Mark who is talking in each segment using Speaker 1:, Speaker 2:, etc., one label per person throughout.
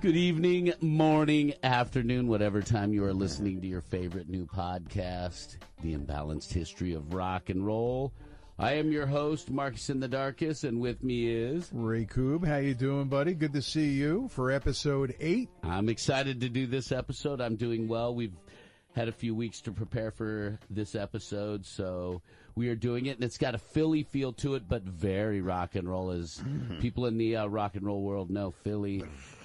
Speaker 1: Good evening, morning, afternoon, whatever time you are listening to your favorite new podcast, The Imbalanced History of Rock and Roll. I am your host, Marcus in the Darkest, and with me is
Speaker 2: Ray Coob, how you doing, buddy? Good to see you for episode eight.
Speaker 1: I'm excited to do this episode. I'm doing well. We've had a few weeks to prepare for this episode, so we are doing it, and it's got a Philly feel to it, but very rock and roll. As people in the uh, rock and roll world know, Philly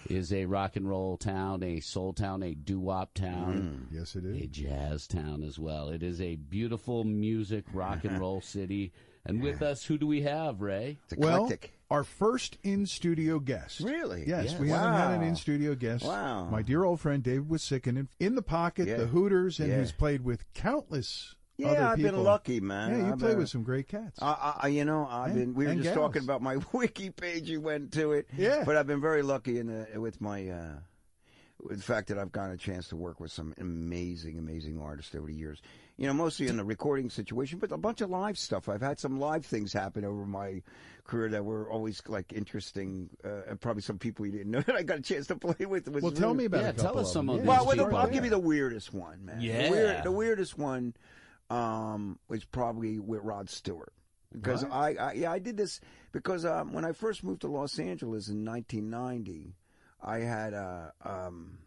Speaker 1: is a rock and roll town, a soul town, a doo wop town,
Speaker 2: Yes, it
Speaker 1: a
Speaker 2: is.
Speaker 1: jazz town as well. It is a beautiful music, rock and roll city. And with us, who do we have, Ray?
Speaker 3: It's
Speaker 2: Well,
Speaker 3: eclectic.
Speaker 2: our first in studio guest.
Speaker 3: Really?
Speaker 2: Yes,
Speaker 1: Yes.
Speaker 2: we haven't had an
Speaker 3: Wow.
Speaker 2: in studio guest.
Speaker 3: Wow.
Speaker 2: My dear old friend David Wisickin, in, in the pocket,
Speaker 3: Yeah.
Speaker 2: the Hooters, and
Speaker 3: Yeah.
Speaker 2: who's played with countless
Speaker 3: Yeah,
Speaker 2: other
Speaker 3: I've been
Speaker 2: people.
Speaker 3: lucky, man.
Speaker 2: Yeah, you
Speaker 3: I've
Speaker 2: played
Speaker 3: been-
Speaker 2: with some great cats.
Speaker 3: I, I, you know, I've
Speaker 2: And-
Speaker 3: been. We were
Speaker 2: and
Speaker 3: just
Speaker 2: gals.
Speaker 3: talking about my wiki page. You went to it.
Speaker 2: Yeah.
Speaker 3: But I've been very lucky in the, with my. Uh, with the fact that I've gotten a chance to work with some amazing, amazing artists over the years. You know, mostly in the recording situation, but a bunch of live stuff. I've had some live things happen over my career that were always like interesting, uh, and probably some people you didn't know that I got a chance to play with. It was
Speaker 2: well, tell
Speaker 3: really-
Speaker 2: me about
Speaker 1: Yeah,
Speaker 2: a couple
Speaker 1: tell us
Speaker 2: of
Speaker 1: some of
Speaker 2: them. Yeah,
Speaker 1: these
Speaker 3: well, with
Speaker 1: people.
Speaker 3: the,
Speaker 2: start
Speaker 3: I'll
Speaker 2: with
Speaker 3: give
Speaker 2: that.
Speaker 3: you the weirdest one, man.
Speaker 1: Yeah.
Speaker 3: The, weird, the weirdest one um, was probably with Rod Stewart. Because I, I, yeah, I did this because um, when I first moved to Los Angeles in 1990, I had a, um,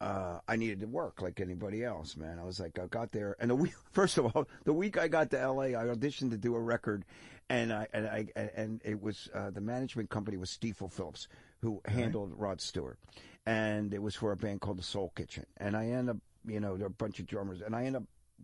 Speaker 3: uh, I needed to work like anybody else, man. I was like, I got there, and the week, first of all, the week I got to L.A., I auditioned to do a record, and I and I and- and it was uh, the management company was Stiefel Phillips, who handled Rod Stewart, and it was for a band called the Soul Kitchen, and I end up, you know, there are a bunch of drummers, and I end up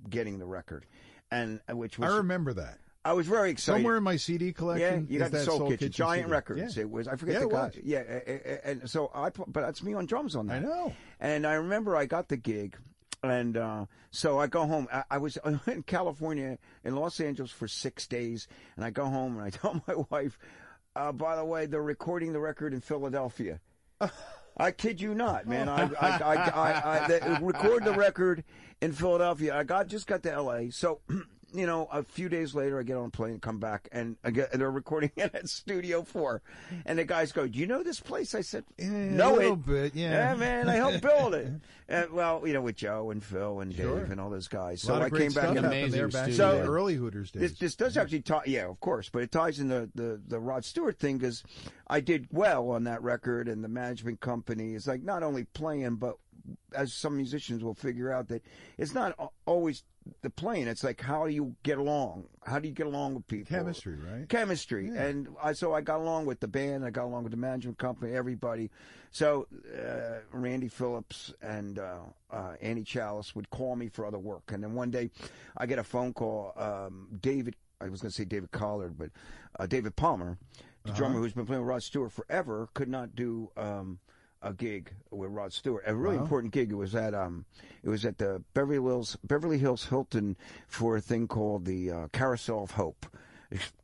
Speaker 3: getting the record, and uh, which was
Speaker 2: I remember that.
Speaker 3: I was very excited.
Speaker 2: Somewhere in my CD
Speaker 3: Yeah,
Speaker 2: collection,
Speaker 3: you
Speaker 2: is
Speaker 3: got the
Speaker 2: that
Speaker 3: Soul, Kitchen, Giant
Speaker 2: CD.
Speaker 3: Records.
Speaker 2: Yeah.
Speaker 3: It was I forget
Speaker 2: Yeah,
Speaker 3: the
Speaker 2: it
Speaker 3: guy.
Speaker 2: was.
Speaker 3: Yeah, a- a- a- and so I pu- but that's me on drums on
Speaker 2: I
Speaker 3: that.
Speaker 2: know.
Speaker 3: And I remember I got the gig, and uh, so I go home. I, I was in California, in Los Angeles for six days, and I go home and I tell my wife, uh, by the way, they're recording the record in Philadelphia. I kid you not, man. I, I, I, I, I the, record the record in Philadelphia. I got just got to L.A. So, you know, a few days later, I get on a plane, come back, and I get, and they're recording it at Studio Four. And the guys go, "Do you know this place?" I said,
Speaker 2: Eh, a
Speaker 3: "No,
Speaker 2: little
Speaker 3: it,
Speaker 2: bit, yeah.
Speaker 3: man, I helped build it." Uh, well, you know, with Joe and Phil and Dave and all those guys.
Speaker 2: A
Speaker 3: So
Speaker 2: lot of
Speaker 3: I
Speaker 2: great
Speaker 3: came back
Speaker 2: stuff
Speaker 3: and
Speaker 2: happened there
Speaker 1: Amazing
Speaker 2: back in
Speaker 3: studio.
Speaker 2: the
Speaker 3: So-
Speaker 2: early Hooters days.
Speaker 3: this, this does actually tie, yeah, of course, but it ties in the, the, the Rod Stewart thing because I did well on that record, and the management company is like not only playing, but as some musicians will figure out that it's not a- always the playing. It's like how do you get along? How do you get along with people?
Speaker 2: Chemistry, right?
Speaker 3: Chemistry, and I, so I got along with the band. I got along with the management company, everybody. So uh, Randy Phillips and uh, uh, Annie Chalice would call me for other work, and then one day I get a phone call. Um, David, I was going to say David Collard, but uh, David Palmer, the drummer who's been playing with Rod Stewart forever, could not do. Um, a gig with Rod Stewart, a really important gig. It was at um, it was at the Beverly Hills Beverly Hills Hilton for a thing called the uh, Carousel of Hope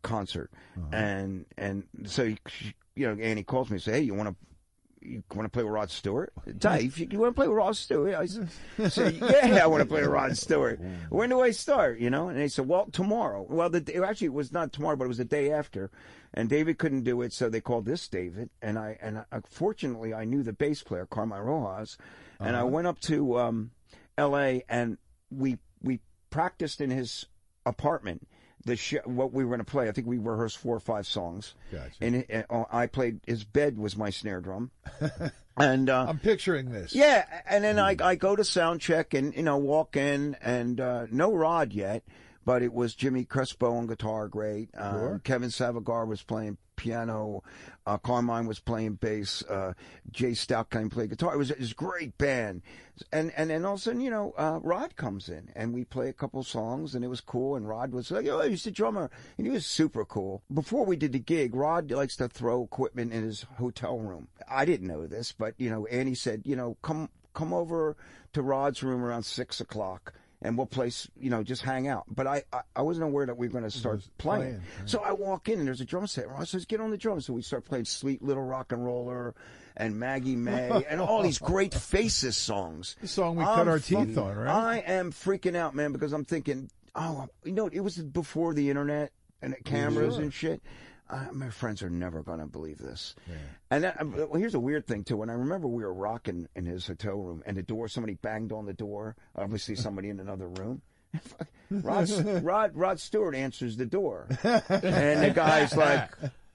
Speaker 3: concert, and and so you know Annie calls me and says, "Hey, you want to." You want to play with Rod Stewart, Dave? You, want to play with Rod Stewart? I s- said, "Yeah, I want to play with Rod Stewart." When do I start? You know? And they said, "Well, tomorrow." Well, the, day- actually, it was not tomorrow, but it was the day after, and David couldn't do it, so they called this David. And I and I, fortunately, I knew the bass player Carmine Rojas, and I went up to um, L.A. and we we practiced in his apartment the show, what we were going to play. I think we rehearsed four or five songs.
Speaker 2: Gotcha.
Speaker 3: And, it- and uh, I played his bed was my snare drum, and uh,
Speaker 2: I'm picturing this.
Speaker 3: yeah, and then I I go to sound check and you know walk in and uh, no Rod yet, but it was Jimmy Crespo on guitar, great. Uh, Kevin Savagar was playing piano, uh, Carmine was playing bass, uh, Jay Stalkine played guitar. It was it was a great band, and and then all of a sudden you know uh, Rod comes in and we play a couple songs and it was cool and Rod was like oh he's the drummer and he was super cool. Before we did the gig, Rod likes to throw equipment in his hotel room. I didn't know this, but you know Annie said you know come come over to Rod's room around six o'clock and we'll play, s- you know, just hang out. But I, I, I wasn't aware that we were going to start playing.
Speaker 2: playing,
Speaker 3: So I walk in and there's a drum set. Rod says, get on the drums. So we start playing Sweet Little Rock and Roller and Maggie May and all these great Faces songs.
Speaker 2: The song we cut our teeth
Speaker 3: fucking-
Speaker 2: on, right?
Speaker 3: I am freaking out, man, because I'm thinking, oh, you know, it was before the internet and cameras and shit. Uh, my friends are never going to believe this. And that, uh, well, here's a weird thing too. When I remember we were rocking in his hotel room, and the door, somebody banged on the door. Obviously, somebody in another room. Rod, Rod, Rod Stewart answers the door, and the guy's like,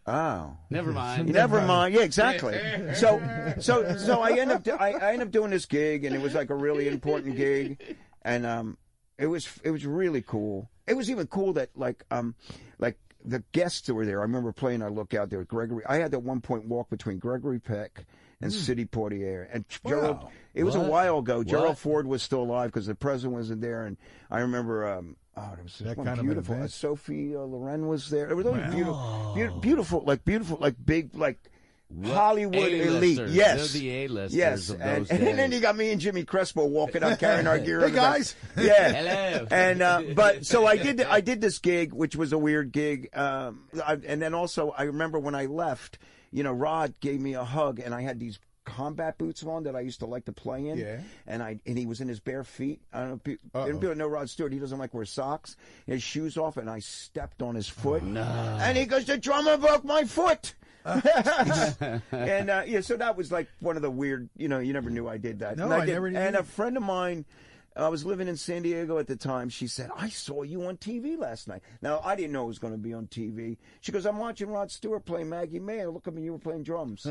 Speaker 3: "Oh."
Speaker 1: Never mind.
Speaker 3: Never mind. Yeah, exactly. So, so, so I end up, I, I end up doing this gig, and it was like a really important gig, and um, it was, it was really cool. It was even cool that like, um, like the guests that were there. I remember playing. I look out there, with Gregory. I had at one point walk between Gregory Peck and City Portier, and Gerald. It was a
Speaker 1: Hmm. What?
Speaker 3: while ago.
Speaker 1: What?
Speaker 3: Gerald Ford was still alive because the president wasn't there, and I remember. Um, oh, it was
Speaker 2: That
Speaker 3: one
Speaker 2: kind of an
Speaker 3: beautiful.
Speaker 2: event.
Speaker 3: Sophie uh, Loren was there. It was all beautiful, beautiful, beautiful, like beautiful, like big, like Hollywood elite.
Speaker 1: A-listers.
Speaker 3: Yes,
Speaker 1: They're the A-listers
Speaker 3: yes.
Speaker 1: of
Speaker 3: And,
Speaker 1: those
Speaker 3: and then
Speaker 1: days.
Speaker 3: you got me and Jimmy Crespo walking up carrying our gear.
Speaker 2: Hey,
Speaker 3: in the back.
Speaker 2: guys.
Speaker 3: Yeah.
Speaker 1: Hello.
Speaker 3: And uh, but so I did. I did this gig, which was a weird gig. Um, I, and then also I remember when I left, you know, Rod gave me a hug, and I had these combat boots on that I used to like to play in.
Speaker 2: Yeah.
Speaker 3: And I and he was in his bare feet. I don't know. If people,
Speaker 2: Uh-oh.
Speaker 3: people know Rod Stewart. He doesn't like wear socks. His shoes off, and I stepped on his
Speaker 1: Oh,
Speaker 3: foot. And he goes, "The drummer broke my foot." and uh, yeah, so that was like one of the weird. You know, you never knew I did that.
Speaker 2: No,
Speaker 3: and
Speaker 2: I
Speaker 3: did-
Speaker 2: never knew
Speaker 3: And
Speaker 2: you-
Speaker 3: a friend of mine. I was living in San Diego at the time. She said, I saw you on TV last night. Now, I didn't know it was going to be on TV. She goes, I'm watching Rod Stewart play Maggie May. I look up and you were playing drums.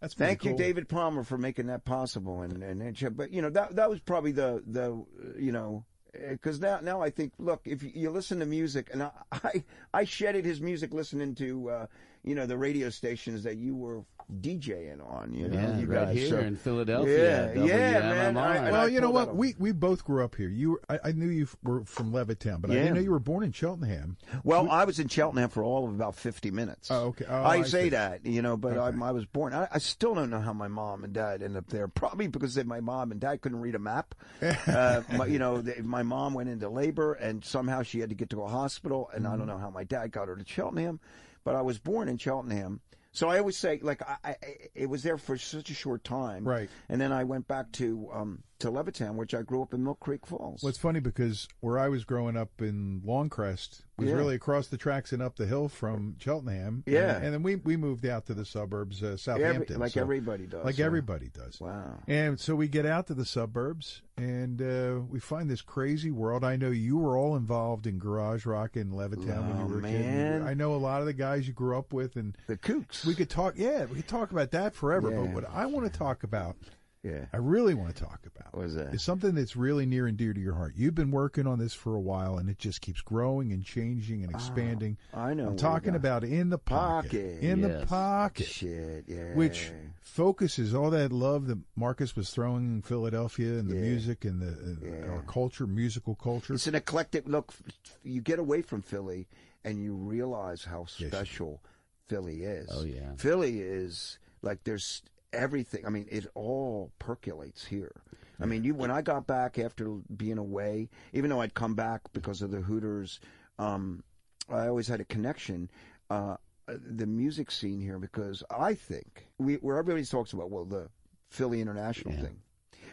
Speaker 2: That's pretty
Speaker 3: Thank you,
Speaker 2: cool.
Speaker 3: David Palmer, for making that possible. And, and, and but you know that that was probably the the uh, you know because now now I think look if you, you listen to music and I I, I shedded his music listening to uh, you know the radio stations that you were DJing on. You know,
Speaker 1: Yeah,
Speaker 3: you
Speaker 1: right
Speaker 3: guys,
Speaker 1: here
Speaker 3: so-
Speaker 1: in Philadelphia.
Speaker 3: Yeah, yeah, man,
Speaker 1: WMMR.
Speaker 3: I- I-
Speaker 2: Well, you know
Speaker 3: pulled
Speaker 2: what?
Speaker 3: out a-
Speaker 2: We we both grew up here. You, were, I, I knew you f- were from Levittown, but I
Speaker 3: Yeah.
Speaker 2: didn't know you were born in Cheltenham.
Speaker 3: Well, I was in Cheltenham for all of about 50 minutes.
Speaker 2: Hmm? Oh, okay. Oh,
Speaker 3: I,
Speaker 2: I
Speaker 3: say
Speaker 2: see.
Speaker 3: that, you know, but I, I was born. I, I still don't know how my mom and dad ended up there. Probably because they, my mom and dad couldn't read a map. uh, my, you know, they, my mom went into labor and somehow she had to get to a hospital. And
Speaker 2: Hmm.
Speaker 3: I don't know how my dad got her to Cheltenham, but I was born in Cheltenham. So I always say, like, I, I it was there for such a short time,
Speaker 2: Right.
Speaker 3: And then I went back to um, to Levittown, which I grew up in Milk Creek Falls.
Speaker 2: Well, it's funny because where I was growing up in Longcrest was
Speaker 3: Yeah.
Speaker 2: really across the tracks and up the hill from Cheltenham.
Speaker 3: Yeah.
Speaker 2: and, and then we we moved out to the suburbs, uh, Southampton,
Speaker 3: Every- like
Speaker 2: so-
Speaker 3: everybody does,
Speaker 2: like
Speaker 3: yeah.
Speaker 2: everybody does.
Speaker 3: wow.
Speaker 2: And so we get out to the suburbs and uh, we find this crazy world. I know you were all involved in garage rock in Levittown when
Speaker 3: Oh,
Speaker 2: you were a
Speaker 3: man.
Speaker 2: kid. I know a lot of the guys you grew up with, and
Speaker 3: The Kooks.
Speaker 2: we could talk. Yeah, we could talk about that forever. But
Speaker 3: Yeah.
Speaker 2: what I want to talk about,
Speaker 3: yeah.
Speaker 2: I really want to talk about,
Speaker 3: What is that?
Speaker 2: is something that's really near and dear to your heart. You've been working on this for a while, and it just keeps growing and changing and expanding.
Speaker 3: I know
Speaker 2: I'm
Speaker 3: what
Speaker 2: talking
Speaker 3: we got.
Speaker 2: about in the pocket,
Speaker 3: Pocket,
Speaker 2: in the
Speaker 1: yes.
Speaker 2: pocket
Speaker 3: Shit, yeah.
Speaker 2: which focuses all that love that Marcus was throwing in Philadelphia and the music and the uh, our culture, musical culture.
Speaker 3: it's an eclectic look. You get away from Philly and you realize how special Philly is.
Speaker 1: Oh, yeah.
Speaker 3: Philly is like there's everything. I mean, it all percolates here. I mean, you when I got back after being away, even though I'd come back because of the Hooters, um, I always had a connection. Uh, the music scene here because I think we where everybody talks about well the Philly International thing,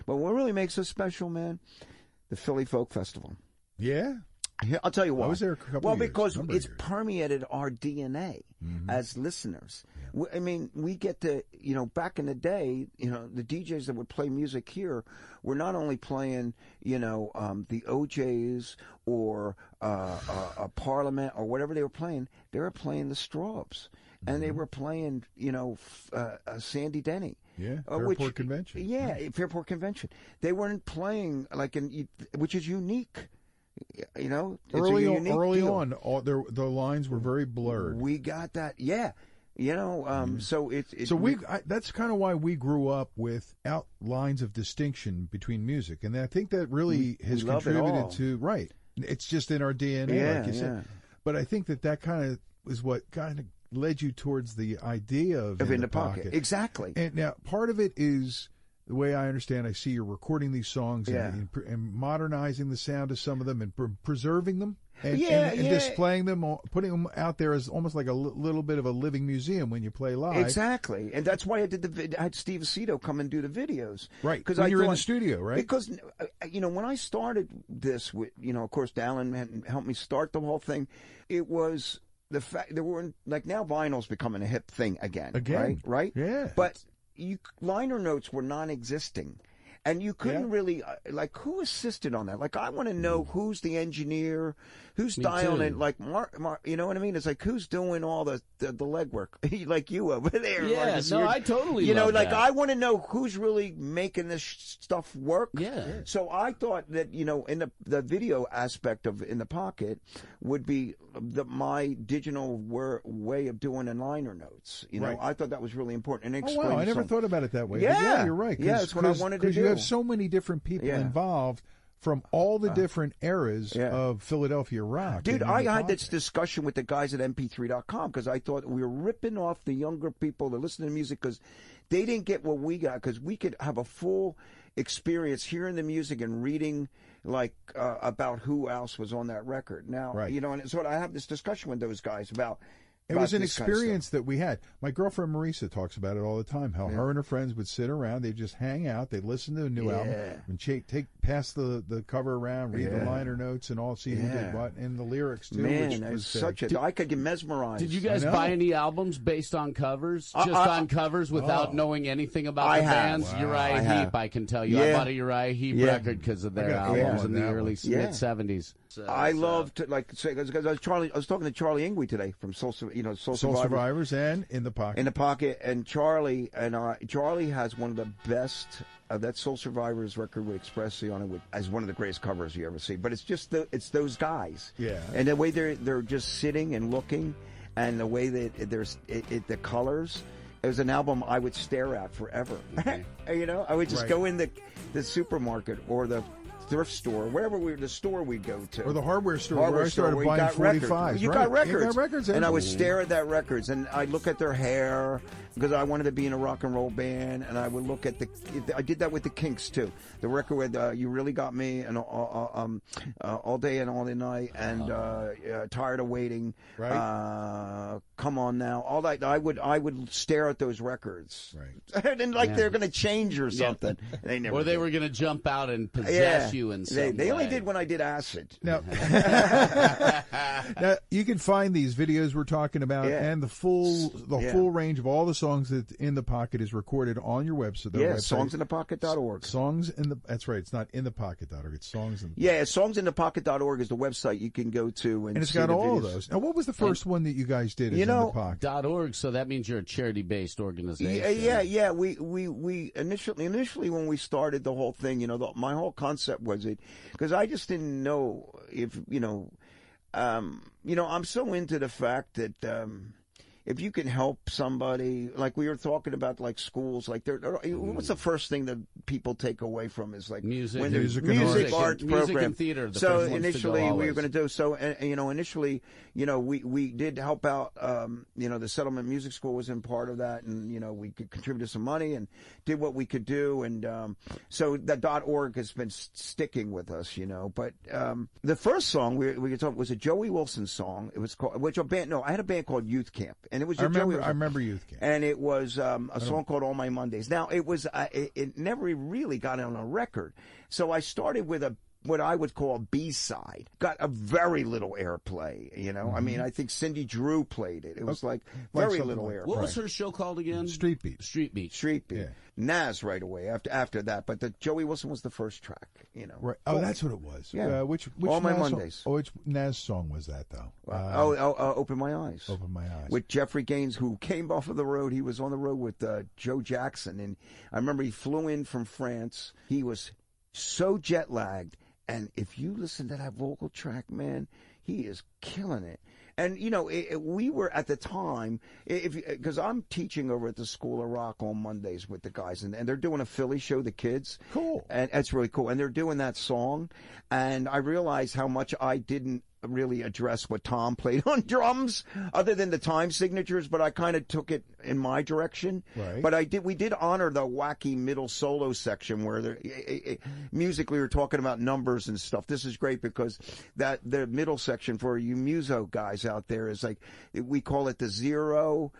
Speaker 3: but what really makes us special, man, the Philly Folk Festival.
Speaker 2: yeah,
Speaker 3: Here- I'll tell you why.
Speaker 2: was there a couple
Speaker 3: well,
Speaker 2: of years,
Speaker 3: because
Speaker 2: number of
Speaker 3: it's
Speaker 2: years. Mm-hmm.
Speaker 3: permeated our DNA as listeners. We, I mean, we get to you know back in the day, you know, the DJs that would play music here were not only playing you know um, the OJ's or uh, uh, a Parliament or whatever they were playing. They were playing the Straubs. And
Speaker 2: Mm-hmm.
Speaker 3: they were playing, you know, f- uh, uh, Sandy Denny.
Speaker 2: Yeah,
Speaker 3: uh,
Speaker 2: Fairport Convention.
Speaker 3: Yeah, Fairport Convention. They weren't playing like in, which is unique. You know, it's a
Speaker 2: early on,
Speaker 3: unique
Speaker 2: early
Speaker 3: deal.
Speaker 2: on, all, there, the lines were very blurred.
Speaker 3: we got that. Yeah, you know. Um, so it's it,
Speaker 2: Mm-hmm. so we, I, that's kind of why we grew up with out lines of distinction between music, and I think that really has
Speaker 3: love it all.
Speaker 2: contributed to right. It's just in our DNA,
Speaker 3: Yeah,
Speaker 2: like you said.
Speaker 3: yeah.
Speaker 2: But I think that that kind of is what kind of led you towards the idea of,
Speaker 3: of
Speaker 2: in,
Speaker 3: in the pocket. exactly.
Speaker 2: And now part of it is the way I understand. I see you're recording these songs
Speaker 3: Yeah.
Speaker 2: and, and, pr- and modernizing the sound of some of them and pr- preserving them and,
Speaker 3: Yeah,
Speaker 2: and, and
Speaker 3: yeah.
Speaker 2: displaying them, all- putting them out there as almost like a li- little bit of a living museum when you play live.
Speaker 3: Exactly, and that's why I did the. vid- I had Steve Aceto come and do the videos.
Speaker 2: Right,
Speaker 3: because
Speaker 2: when
Speaker 3: I
Speaker 2: you were in the
Speaker 3: thought-
Speaker 2: studio, right?
Speaker 3: Because uh, you know when I started this, with you know, of course, Dallin had helped me start the whole thing. It was the fact there were like now vinyl's becoming a hip thing again.
Speaker 2: Again.
Speaker 3: right? Right?
Speaker 2: Yeah.
Speaker 3: But you liner notes were non-existing. And you couldn't
Speaker 2: Yeah.
Speaker 3: really uh, like who assisted on that. Like I want to know who's the engineer, who's dialing
Speaker 1: Mm. too.
Speaker 3: it. Like Mark, Mar you know what I mean? It's like who's doing all the the, the legwork, like you over there.
Speaker 1: Yeah,
Speaker 3: Marcus,
Speaker 1: no,
Speaker 3: you're-
Speaker 1: I totally
Speaker 3: You know,
Speaker 1: love
Speaker 3: like
Speaker 1: that.
Speaker 3: I want to know who's really making this sh- stuff work.
Speaker 1: Yeah. Yeah.
Speaker 3: So I thought that you know, in the the video aspect of in the pocket would be the my digital wor- way of doing a liner notes. You know,
Speaker 2: Right.
Speaker 3: I thought that was really important. And
Speaker 2: Oh
Speaker 3: explains
Speaker 2: wow! I never
Speaker 3: something.
Speaker 2: thought about it that way. but
Speaker 3: Yeah.
Speaker 2: you're right. 'cause-
Speaker 3: Yeah, that's what I
Speaker 2: 'cause-
Speaker 3: wanted to
Speaker 2: 'cause you have
Speaker 3: do.
Speaker 2: so many different people
Speaker 3: Yeah. Uh,
Speaker 2: involved from all the different eras
Speaker 3: Yeah.
Speaker 2: of Philadelphia rock.
Speaker 3: Dude,
Speaker 2: and
Speaker 3: I
Speaker 2: the
Speaker 3: had
Speaker 2: pocket.
Speaker 3: this discussion with the guys at MP3.com because I thought we were ripping off the younger people that listen to music because they didn't get what we got because we could have a full experience hearing the music and reading like uh, about who else was on that record. Now,
Speaker 2: Right.
Speaker 3: you know, and so I have this discussion with those guys about.
Speaker 2: It
Speaker 3: about
Speaker 2: was an
Speaker 3: this kind of stuff.
Speaker 2: experience that we had. My girlfriend Marisa talks about it all the time. How her and her friends would sit around, they'd just hang out, they'd listen to a new album, and cha- take pass the, the cover around, read the liner notes, and all see who did
Speaker 3: Yeah.
Speaker 2: what, and the lyrics too. which
Speaker 3: Man, it was
Speaker 2: was uh,
Speaker 3: such a. I could get mesmerized.
Speaker 1: Did you guys
Speaker 2: know.
Speaker 1: buy any albums based on covers?
Speaker 3: I-
Speaker 1: Just
Speaker 3: I- oh.
Speaker 1: on covers without knowing anything about
Speaker 3: I
Speaker 1: the
Speaker 3: have.
Speaker 1: bands?
Speaker 3: Wow.
Speaker 1: Uriah
Speaker 3: I
Speaker 1: Heep,
Speaker 3: have.
Speaker 1: I can tell you. I
Speaker 3: Yeah.
Speaker 1: bought a Uriah Heep
Speaker 3: Yeah.
Speaker 1: record because of their
Speaker 2: got a call
Speaker 1: albums
Speaker 2: on
Speaker 1: in the
Speaker 2: that
Speaker 1: early
Speaker 2: one.
Speaker 3: Yeah.
Speaker 1: mid seventies.
Speaker 3: I
Speaker 2: uh,
Speaker 3: loved like say because I was Charlie. I was talking to Charlie Ingwe today from Soul, Sur- you know, Soul,
Speaker 2: Soul
Speaker 3: Survivor.
Speaker 2: Survivors and In the Pocket.
Speaker 3: in the pocket and charlie and i charlie has one of the best uh, that soul survivors record with expressly on it with, as one of the greatest covers you ever see but it's just the it's those guys
Speaker 2: Yeah.
Speaker 3: and the way they're they're just sitting and looking and the way that there's it, it, the colors it was an album I would stare at forever. you know, I would just
Speaker 2: Mm-hmm. Right.
Speaker 3: go in the the supermarket or the thrift store, wherever we the store we go to,
Speaker 2: Or the hardware store
Speaker 3: Hardware
Speaker 2: where I started
Speaker 3: where you
Speaker 2: buying
Speaker 3: got records.
Speaker 2: 45s,
Speaker 3: You
Speaker 2: right.
Speaker 3: got
Speaker 2: You got
Speaker 3: records.
Speaker 2: records
Speaker 3: and I would
Speaker 2: everywhere.
Speaker 3: stare stare at that records and I'd look at their hair because I wanted to be in a rock and roll band and I would look at the I did that with the Kinks too the record with uh, you really got me and uh, uh, um, uh, all day and all the night and uh, uh, tired of waiting
Speaker 2: Uh-huh. Right.
Speaker 3: uh, come on now all that I would I would stare at those records
Speaker 2: Right.
Speaker 3: and then, like they're gonna change or something they never
Speaker 1: Or they
Speaker 3: did.
Speaker 1: were going to jump out and
Speaker 3: yeah
Speaker 1: possess you in some
Speaker 3: they, they only
Speaker 1: way.
Speaker 3: did when I did acid
Speaker 2: Now, now you can find these videos we're talking about
Speaker 3: Yeah.
Speaker 2: and the full the
Speaker 3: Yeah.
Speaker 2: full range of all the songs that in the pocket is recorded on your website. their
Speaker 3: yeah
Speaker 2: website.
Speaker 3: songsinthepocket.org
Speaker 2: Songs in the that's right. It's not in the pocket.org. It's songs in the
Speaker 3: Yeah, songsinthepocket.org is the website you can go to
Speaker 2: and
Speaker 3: and,
Speaker 2: it's
Speaker 3: see
Speaker 2: got
Speaker 3: the
Speaker 2: all
Speaker 3: videos.
Speaker 2: those. Now, what was the first one that you guys did? Is
Speaker 3: You
Speaker 2: in
Speaker 3: know,
Speaker 2: the pocket.
Speaker 1: dot org, so that means you're a charity based organization.
Speaker 3: Yeah, yeah, yeah. We we we initially initially when we started the whole thing, you know, the, my whole concept was it because I just didn't know if you know, um, you know, I'm so into the fact that. Um, if you can help somebody, like we were talking about, like schools, like they're, they're- what's the first thing that people take away from is like
Speaker 1: Mm. Music.
Speaker 3: when they're-
Speaker 2: Music and
Speaker 3: music,
Speaker 2: arts.
Speaker 3: arts
Speaker 1: Music and
Speaker 3: program,
Speaker 1: theater are the first
Speaker 3: so
Speaker 1: ones to go
Speaker 3: initially we were
Speaker 1: always.
Speaker 3: going to do so, and, and, you know, initially, you know, we we did help out. Um, you know, the settlement music school was in part of that, and you know, we could contributed some money and did what we could do, and um, so the dot org has been s- sticking with us, you know. But um, the first song we we could talk was a Joey Wilson song. It was called which a band. No, I had a band called Youth Camp, and it was
Speaker 2: I
Speaker 3: a Joey.
Speaker 2: remember.
Speaker 3: Wilson
Speaker 2: I remember Youth Camp.
Speaker 3: and it was um, a song called "All My Mondays." Now it was uh, it, it never really got on a record, so I started with a what I would call B side got a very little airplay. You know, I mean, I think Cindy Drew played it. It was like very
Speaker 2: something
Speaker 3: little
Speaker 2: Mm-hmm. like-
Speaker 3: airplay.
Speaker 1: What was her show called again?
Speaker 2: Street Beat.
Speaker 1: Street Beat.
Speaker 3: Street beat.
Speaker 2: Yeah.
Speaker 3: Nas right away after after that, but the Joey Wilson was the first track. You know,
Speaker 2: Right. Oh, that's what it was.
Speaker 3: Yeah.
Speaker 2: Uh, which which
Speaker 3: All My
Speaker 2: Nas song-
Speaker 3: Mondays.
Speaker 2: oh, which Nas song was that though? Uh,
Speaker 3: oh, oh, uh, open my eyes.
Speaker 2: Open My Eyes.
Speaker 3: with Jeffrey Gaines, who came off of the road. He was on the road with uh, Joe Jackson, and I remember he flew in from France. He was so jet lagged, and if you listen to that vocal track, man, he is killing it. And you know, it, it- we were at the time, i- if because I'm teaching over at the School of Rock on Mondays with the guys, and, and they're doing a Philly show, the kids.
Speaker 2: Cool.
Speaker 3: And that's really cool. And they're doing that song, and I realized how much I didn't really address what Tom played on drums, other than the time signatures. But I kind of took it in my direction.
Speaker 2: Right.
Speaker 3: But I did. We did honor the wacky middle solo section where there, i- i- i- eh, musically we're talking about numbers and stuff. This is great because that the middle section for you muso guys out there is like we call it the zero,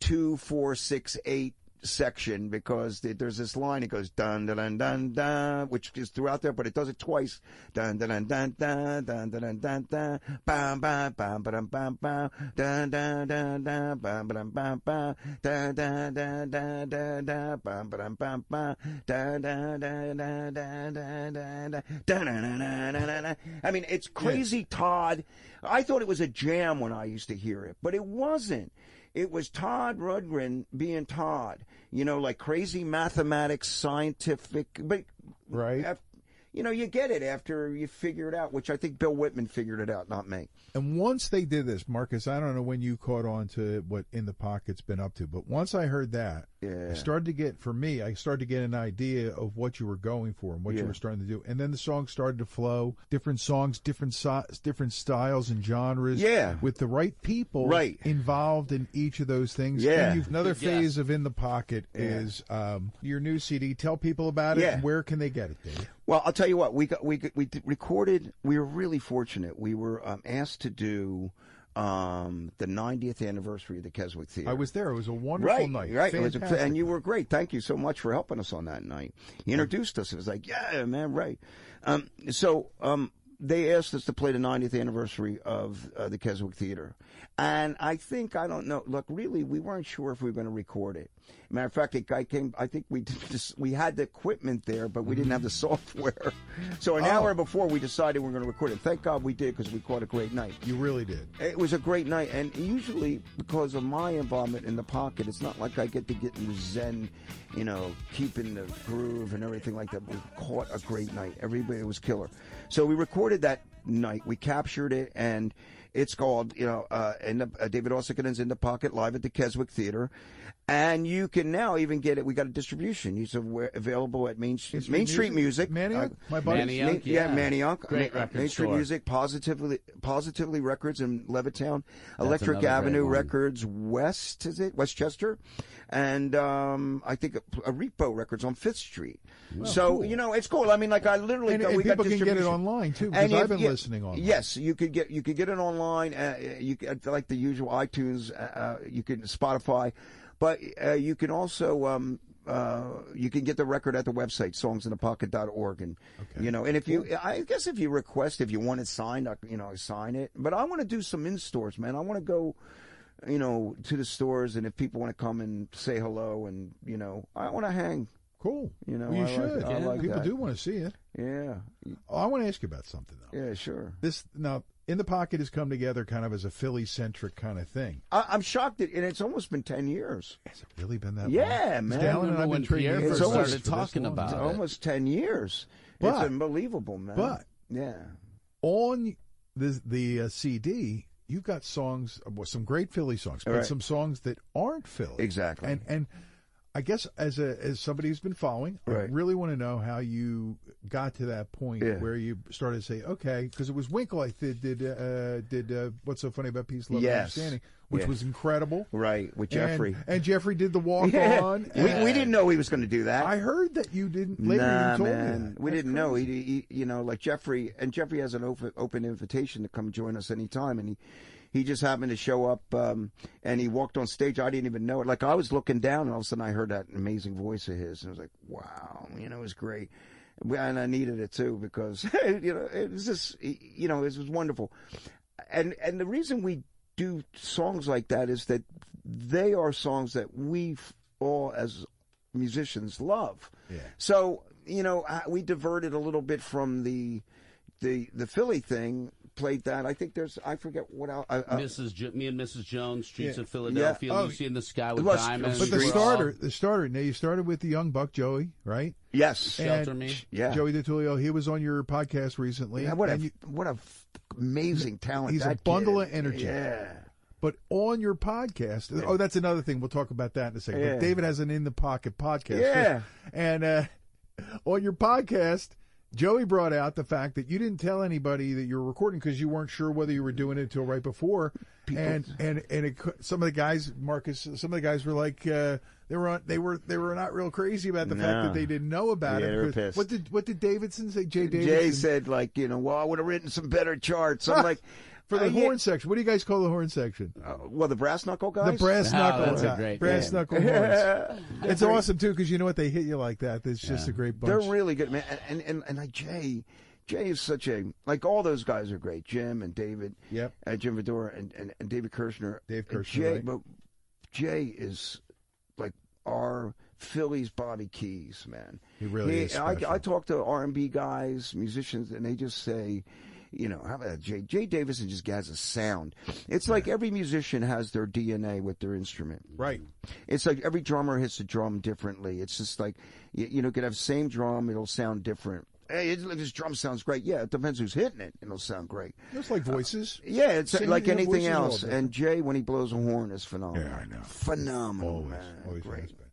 Speaker 3: two, four, six, eight section because th- there's this line it goes dun dun dun dun dun which is throughout there but it does it twice dun dun dun dun dun dun dun dun dun dun bam bam bam bam bam bam dun dun dun dun bam bam bam bam dun dun dun dun dun dun bam bam bam bam dun dun dun dun dun dun dun dun dun dun dun dun dun dun I mean it's crazy Todd I thought it was a jam when I used to hear it but it wasn't it was Todd Rudgren being Todd, you know, like crazy mathematics, scientific, but
Speaker 2: Right.
Speaker 3: af- you know, you get it after you figure it out, which I think Bill Whitman figured it out, not me.
Speaker 2: And once they did this, Marcus, I don't know when you caught on to what In the Pocket's been up to, but once I heard that,
Speaker 3: Yeah.
Speaker 2: I started to get, for me, I started to get an idea of what you were going for and what
Speaker 3: Yeah.
Speaker 2: you were starting to do. And then the songs started to flow, different songs, different si- different styles and genres.
Speaker 3: Yeah.
Speaker 2: With the right people
Speaker 3: Right.
Speaker 2: involved in each of those things.
Speaker 3: Yeah.
Speaker 2: And you've, another
Speaker 1: Yeah.
Speaker 2: phase of In the Pocket is um, your new CD. Tell people about it.
Speaker 3: Yeah.
Speaker 2: and Where can they get it, Dave?
Speaker 3: Well, I'll tell you what, we got, we got- we did- recorded. We were really fortunate. We were um, asked to do um, the 90th anniversary of the Keswick Theater.
Speaker 2: I was there. It was a wonderful
Speaker 3: Right,
Speaker 2: night.
Speaker 3: right. It was a-
Speaker 2: Fantastic
Speaker 3: and you
Speaker 2: night.
Speaker 3: were great. Thank you so much for helping us on that night. You introduced us. It was like, yeah, man, right. Um, so um, they asked us to play the 90th anniversary of uh, the Keswick Theater, and I think I don't know. Look, really, we weren't sure if we were going to record it. Matter of fact, a guy came. I think we did this, we had the equipment there, but we didn't have the
Speaker 2: Mm-hmm.
Speaker 3: software. So an
Speaker 2: Oh.
Speaker 3: hour before, we decided we were going to record it. Thank God we did because we caught a great night.
Speaker 2: You really did.
Speaker 3: It was a great night, and usually because of my involvement in the pocket, it's not like I get to get in zen, you know, keeping the groove and everything like that. We caught a great night. Everybody it was killer. So we recorded that night. We captured it, and it's called, you know, uh, in the, uh, David Ossikinen's In the Pocket live at the Keswick Theater, and you can now even get it. We got a distribution. It's aware- available at Main Street, Main Street Music.
Speaker 2: Manioc,
Speaker 3: Uh,
Speaker 2: my buddy.
Speaker 1: Manioc.
Speaker 3: Ma- yeah,
Speaker 1: yeah.
Speaker 3: Manioc.
Speaker 1: Great
Speaker 3: Ma-
Speaker 1: record
Speaker 3: Main Street
Speaker 1: store.
Speaker 3: Music, Positively, Positively Records in Levittown, Electric
Speaker 1: another great
Speaker 3: Avenue
Speaker 1: one.
Speaker 3: Records West, is it? Westchester. And um, I think a, a Repo Records on Fifth Street. so, you know, it's cool. I mean, like, I literally
Speaker 2: And-
Speaker 3: got,
Speaker 2: and
Speaker 3: we got
Speaker 2: people can get it
Speaker 3: distribution.
Speaker 2: online, too,
Speaker 3: And
Speaker 2: because I've
Speaker 3: if-
Speaker 2: been
Speaker 3: yeah,
Speaker 2: listening online.
Speaker 3: Yes, you could get you could get it online. Uh, you could- like the usual iTunes. uh, Uh, you can Spotify, but uh, you can also um, uh, you can get the record at the website songsinthepocket.org. And you know, and if you, I guess if you request, if you want it signed, I, you know, sign it. But I want to do some in stores, man. I want to go. You know, to the stores, and if people want to come and say hello, and you know, I want to hang.
Speaker 2: Cool.
Speaker 3: You know,
Speaker 2: Well, you
Speaker 3: I like-
Speaker 2: should.
Speaker 3: I like
Speaker 2: People
Speaker 3: that.
Speaker 2: do want to see it.
Speaker 3: Yeah,
Speaker 2: Oh, I want to ask you about something though.
Speaker 3: yeah, sure.
Speaker 2: This now in the pocket has come together kind of as a Philly centric kind of thing.
Speaker 3: I, I'm shocked that, and it's almost been ten years.
Speaker 2: Has it really been that?
Speaker 3: Yeah,
Speaker 2: long? 'Cause
Speaker 3: man.
Speaker 2: Dallin
Speaker 3: I
Speaker 2: and
Speaker 1: remember
Speaker 2: I've been
Speaker 1: when
Speaker 2: trading
Speaker 1: Pierre
Speaker 2: years
Speaker 3: first
Speaker 2: for this
Speaker 3: started
Speaker 2: for this
Speaker 1: talking
Speaker 2: long.
Speaker 1: about it.
Speaker 3: almost 10 years. it's
Speaker 2: But-
Speaker 3: unbelievable, man.
Speaker 2: but-
Speaker 3: yeah.
Speaker 2: on the the uh, CD. You've got songs, uh, well, some great Philly songs, but
Speaker 3: Right.
Speaker 2: some songs that aren't Philly.
Speaker 3: Exactly.
Speaker 2: And and I guess as a as somebody who's been following, I
Speaker 3: Right.
Speaker 2: really want to know how you got to that point
Speaker 3: Yeah.
Speaker 2: where you started to say, okay, because it was Winkle I did did uh, did uh, what's so funny about peace, love,
Speaker 3: Yes.
Speaker 2: and understanding, which
Speaker 3: Yes.
Speaker 2: was incredible.
Speaker 3: Right, with
Speaker 2: And-
Speaker 3: Jeffrey.
Speaker 2: And, Jeffrey did the walk
Speaker 3: Yeah.
Speaker 2: on.
Speaker 3: we, we
Speaker 2: and-
Speaker 3: didn't know he was going to do that.
Speaker 2: I heard that you didn't. Later,
Speaker 3: nah,
Speaker 2: you told
Speaker 3: man.
Speaker 2: me that.
Speaker 3: We
Speaker 2: That's
Speaker 3: didn't
Speaker 2: crazy.
Speaker 3: know. He, he, you know, like Jeffrey, and Jeffrey has an open, open invitation to come join us anytime, and he, he just happened to show up, um, and he walked on stage. I didn't even know it. Like I was looking down, and all of a sudden I heard that amazing voice of his, and I was like, wow, you know, it was great. and I needed it too because you know it was just you know it was wonderful, and and the reason we do songs like that is that they are songs that we all as musicians love.
Speaker 2: Yeah.
Speaker 3: So you know I- we diverted a little bit from the the the Philly thing. Played that. I think there's. I forget what else. Uh, uh,
Speaker 1: Mrs. Jo- me and Mrs. Jones, Streets of Philadelphia,
Speaker 2: Oh,
Speaker 1: Lucy in the Sky with
Speaker 3: Lust-
Speaker 1: Diamonds.
Speaker 2: But the
Speaker 3: Streets.
Speaker 1: Grease,
Speaker 2: starter, the starter. Now you started with the young buck Joey, right?
Speaker 3: yes.
Speaker 1: Shelter
Speaker 2: And-
Speaker 1: Me.
Speaker 3: Yeah.
Speaker 2: Joey DiTullio. He was on your podcast recently.
Speaker 3: Yeah, what a
Speaker 2: and you-
Speaker 3: what a f- amazing talent.
Speaker 2: he's a
Speaker 3: that
Speaker 2: bundle
Speaker 3: kid
Speaker 2: of
Speaker 3: is.
Speaker 2: energy.
Speaker 3: Yeah,
Speaker 2: but on your podcast, oh, that's another thing. We'll talk about that in a second.
Speaker 3: Yeah.
Speaker 2: But David has an in the pocket podcast.
Speaker 3: Yeah.
Speaker 2: and uh, on your podcast. Joey brought out the fact that you didn't tell anybody that you were recording because you weren't sure whether you were doing it until right before, and and and it, cou- some of the guys, Marcus, some of the guys were like uh, they were on, they were they were not real crazy about the fact
Speaker 3: No.
Speaker 2: that they didn't know about
Speaker 3: Yeah,
Speaker 2: it.
Speaker 3: they were
Speaker 2: because-
Speaker 3: pissed.
Speaker 2: What did what did Davidson say? Jay Davidson
Speaker 3: Jay said like you know, well, I would have written some better charts. I'm like,
Speaker 2: for the
Speaker 3: uh, yeah,
Speaker 2: horn section. What do you guys call the horn section?
Speaker 3: uh, well, the brass knuckle guys.
Speaker 2: The brass
Speaker 1: Oh,
Speaker 2: knuckle,
Speaker 1: that's a
Speaker 2: guy-
Speaker 1: great
Speaker 2: brass
Speaker 1: band.
Speaker 2: knuckle horns. it's awesome too because you know what they hit you like that. It's just a great bunch.
Speaker 3: They're really good, man. And and and, and like Jay, Jay is such a like all those guys are great. Jim and David.
Speaker 2: Yep.
Speaker 3: Uh, Jim Vidora and, and, and David Kirshner.
Speaker 2: Dave
Speaker 3: And
Speaker 2: Kirshner,
Speaker 3: Jay,
Speaker 2: right.
Speaker 3: but Jay is like our Phillies Bobby Keys, man.
Speaker 2: He really is
Speaker 3: I,
Speaker 2: special.
Speaker 3: I talk to R and B guys, musicians, and they just say. You know, how about Jay? Jay Davison just has a sound. It's like every musician has their DNA with their instrument.
Speaker 2: right.
Speaker 3: It's like every drummer hits the drum differently. It's just like you, you know, you could have same drum, it'll sound different. Hey, it, this drum sounds great. Yeah, it depends who's hitting it, and it'll sound great.
Speaker 2: Just like voices.
Speaker 3: Uh, Yeah, it's
Speaker 2: Singing,
Speaker 3: like
Speaker 2: yeah,
Speaker 3: anything
Speaker 2: voices are all
Speaker 3: else.
Speaker 2: different.
Speaker 3: And Jay, when he blows a horn, is phenomenal.
Speaker 2: Yeah, I know.
Speaker 3: Phenomenal,
Speaker 2: Always,
Speaker 3: man.
Speaker 2: always
Speaker 3: great,
Speaker 2: has been.
Speaker 3: great.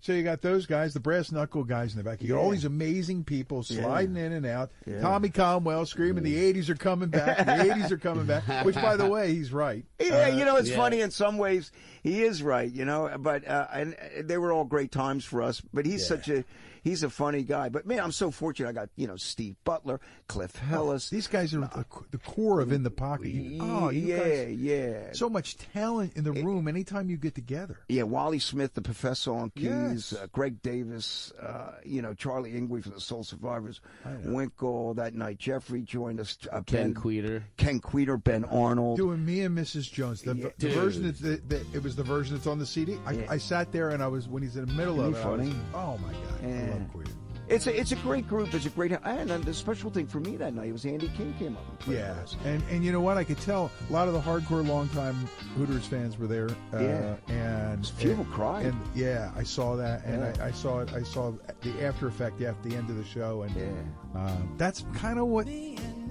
Speaker 2: So you got those guys, the brass knuckle guys in the back. You got all these amazing people sliding in and out. Tommy Conwell screaming, "The '80s are coming back! The '80s are coming back!" Which, by the way, he's right. Uh,
Speaker 3: Yeah, you know, it's funny in some ways. He is right, you know, but uh, and uh, they were all great times for us. But he's such a he's a funny guy. But man, I'm so fortunate. I got you know Steve Butler, Cliff
Speaker 2: Oh,
Speaker 3: Hillis.
Speaker 2: These guys are the, the core of in the pocket. You- oh, you
Speaker 3: yeah,
Speaker 2: guys,
Speaker 3: yeah.
Speaker 2: so much talent in the room. Anytime you get together.
Speaker 3: Yeah, Wally Smith, the professor on keys,
Speaker 2: Yes.
Speaker 3: uh, Greg Davis, uh, you know Charlie Ingwe from the Soul Survivors, Winkle that night. Jeffrey joined us. Uh,
Speaker 1: Ken
Speaker 3: ben,
Speaker 1: Queeter.
Speaker 3: Ken Queter, Ben Arnold.
Speaker 2: doing me and Mrs. Jones. The, the
Speaker 1: Dude.
Speaker 2: version that's the, the, it was the version that's on the CD. I, I sat there and I was when he's in the middle of
Speaker 3: Isn't
Speaker 2: it. I was-
Speaker 3: he funny?
Speaker 2: oh my god, I love Queen.
Speaker 3: It's a it's a great group. It's a great and then the special thing for me that night was Andy King came up. And played
Speaker 2: Yeah,
Speaker 3: for us.
Speaker 2: and and you know what? I could tell a lot of the hardcore longtime Hooters fans were there. Uh,
Speaker 3: Yeah.
Speaker 2: and
Speaker 3: few of 'em
Speaker 2: and-
Speaker 3: cried.
Speaker 2: And yeah, I saw that, and
Speaker 3: Yeah.
Speaker 2: I, I saw it. I saw the after effect at the end of the show, and
Speaker 3: Yeah.
Speaker 2: um, that's kind of what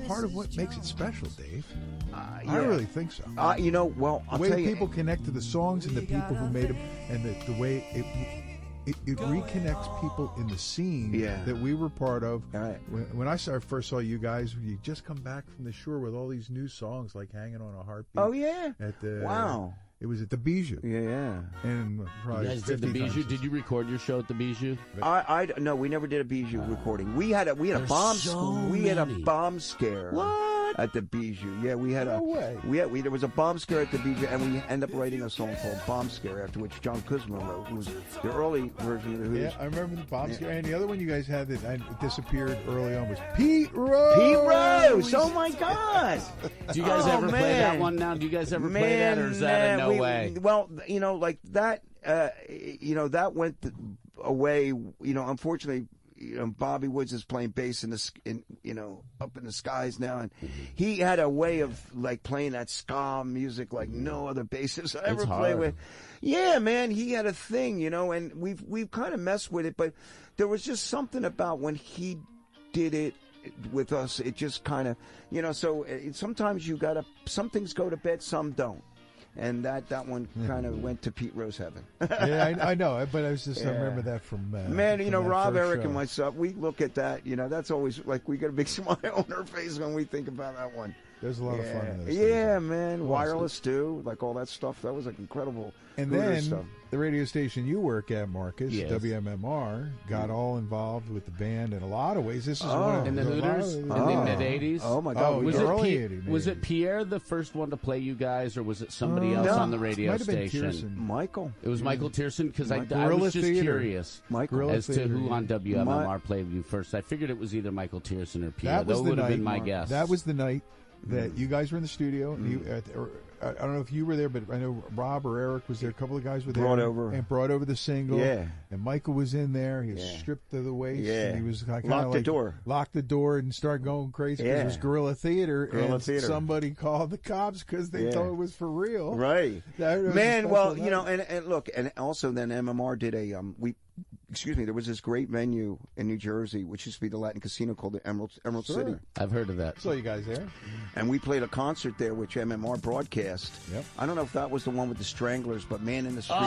Speaker 2: part of what makes it special, Dave. I
Speaker 3: Uh, yeah.
Speaker 2: really think so.
Speaker 3: Uh, you know, well, I'll
Speaker 2: the
Speaker 3: tell
Speaker 2: way
Speaker 3: you,
Speaker 2: people connect to the songs and the people who made them, and the, the way it, it it reconnects people in the scene
Speaker 3: Yeah.
Speaker 2: that we were part of.
Speaker 3: All right.
Speaker 2: When, when I saw, first saw you guys, you just come back from the shore with all these new songs like "Hanging on a Heartbeat."
Speaker 3: Oh yeah.
Speaker 2: At the
Speaker 3: wow.
Speaker 2: It was at the Bijou,
Speaker 3: Yeah, yeah.
Speaker 2: and
Speaker 1: You
Speaker 2: probably
Speaker 1: guys did the
Speaker 2: 50
Speaker 1: Bijou.
Speaker 2: times.
Speaker 1: Did you record your show at the Bijou?
Speaker 3: I, I no, we never did a Bijou recording. We had a we had a
Speaker 1: There's
Speaker 3: bomb
Speaker 1: so
Speaker 3: we had a
Speaker 1: many.
Speaker 3: bomb scare.
Speaker 1: What?
Speaker 3: At the Bijou, yeah, we had a
Speaker 2: No way.
Speaker 3: we had we there was a bomb scare at the Bijou, and we end up writing a song called Bomb Scare, after which John Kuzma wrote, who was the early version of the Who's.
Speaker 2: Yeah, I remember the bombs. And the other one you guys had that I, disappeared early on was Pete Rose.
Speaker 3: Pete Rose, oh my God!
Speaker 1: Do you guys
Speaker 3: Oh,
Speaker 1: ever play that
Speaker 3: man.
Speaker 1: one now? Do you guys ever
Speaker 3: Man,
Speaker 1: play that, or is that a
Speaker 3: uh,
Speaker 1: no
Speaker 3: we-
Speaker 1: way?
Speaker 3: Well, you know, like that, uh, you know, that went th- away. You know, unfortunately, you know, Bobby Woods is playing bass in the, s- in, you know, up in the skies now, and
Speaker 1: Mm-hmm.
Speaker 3: he had a way of like playing that ska music like no other bassist I ever played
Speaker 1: hard.
Speaker 3: with. Yeah, man, he had a thing, you know, and we've we've kind of messed with it, but there was just something about when he did it with us. It just kind of, you know. So it, sometimes you gotta. Some things go to bed, some don't, and that that one
Speaker 2: Hmm.
Speaker 3: kind of went to Pete Rose heaven.
Speaker 2: yeah, I, I know, but I was just I remember that from uh,
Speaker 3: Oh Man, you
Speaker 2: from
Speaker 3: know,
Speaker 2: that
Speaker 3: Rob,
Speaker 2: first
Speaker 3: Eric,
Speaker 2: show.
Speaker 3: and myself, we look at that. You know, that's always like we get a big smile on our face when we think about that one.
Speaker 2: There's a lot of fun in those. things.
Speaker 3: yeah, man. Wireless too, like all that stuff. That was like incredible.
Speaker 2: And
Speaker 3: Hooters
Speaker 2: then
Speaker 3: stuff.
Speaker 2: the radio station you work at, Marcus,
Speaker 1: Yes.
Speaker 2: WMMR, got
Speaker 3: Mm.
Speaker 2: all involved with the band in a lot of ways. This is one of
Speaker 1: And the
Speaker 2: a lot
Speaker 1: Hooters
Speaker 2: of-
Speaker 1: in the mid '80s.
Speaker 3: Oh my God!
Speaker 2: Oh,
Speaker 3: we
Speaker 2: yeah.
Speaker 1: Was
Speaker 3: did-
Speaker 1: it,
Speaker 2: Early
Speaker 1: Pierre-
Speaker 2: 80s.
Speaker 1: was it Pierre the first one to play you guys, or was it somebody else
Speaker 3: no.
Speaker 1: on the radio
Speaker 2: Might have been
Speaker 1: station?
Speaker 2: Pearson.
Speaker 3: Michael.
Speaker 1: It was Michael Tierson because I, I
Speaker 2: Gorilla
Speaker 1: was just
Speaker 2: Theater.
Speaker 1: curious
Speaker 3: Michael.
Speaker 2: Gorilla
Speaker 1: as to
Speaker 2: Theater,
Speaker 1: who
Speaker 2: yeah.
Speaker 1: on WMMR played you first. I figured it was either Michael Tierson or Pierre.
Speaker 2: That was
Speaker 1: That
Speaker 2: the
Speaker 1: would have been
Speaker 2: night-
Speaker 1: my guess.
Speaker 2: That was the night
Speaker 3: Mm.
Speaker 2: that you guys were in the studio. And you, uh, or, I I don't know if you were there, but I know Rob or Eric was there. A couple of guys were there.
Speaker 3: Brought
Speaker 2: and-
Speaker 3: over.
Speaker 2: and brought over the single.
Speaker 3: Yeah.
Speaker 2: And Michael was in there. He was
Speaker 3: Yeah.
Speaker 2: stripped to the waist.
Speaker 3: Yeah.
Speaker 2: And he was like,
Speaker 3: Locked
Speaker 2: kinda
Speaker 3: the
Speaker 2: like-
Speaker 3: door.
Speaker 2: Locked the door and started going crazy because
Speaker 3: Yeah.
Speaker 2: it was Gorilla Theater.
Speaker 3: Guerrilla
Speaker 2: and
Speaker 3: Theater.
Speaker 2: Somebody called the cops because they
Speaker 3: Yeah.
Speaker 2: thought it was for real.
Speaker 3: Right.
Speaker 2: That was a
Speaker 3: Man,
Speaker 2: special
Speaker 3: well, you
Speaker 2: night.
Speaker 3: know, and, and look, and also then MMR did a um we excuse me, there was this great venue in New Jersey which used to be the Latin Casino called the Emerald Emerald
Speaker 2: Sure.
Speaker 3: City.
Speaker 1: I've heard of that.
Speaker 2: Saw you guys there.
Speaker 3: And we played a concert there which MMR broadcast.
Speaker 2: Yep.
Speaker 3: I don't know if that was the one with the Stranglers, but Man in the Street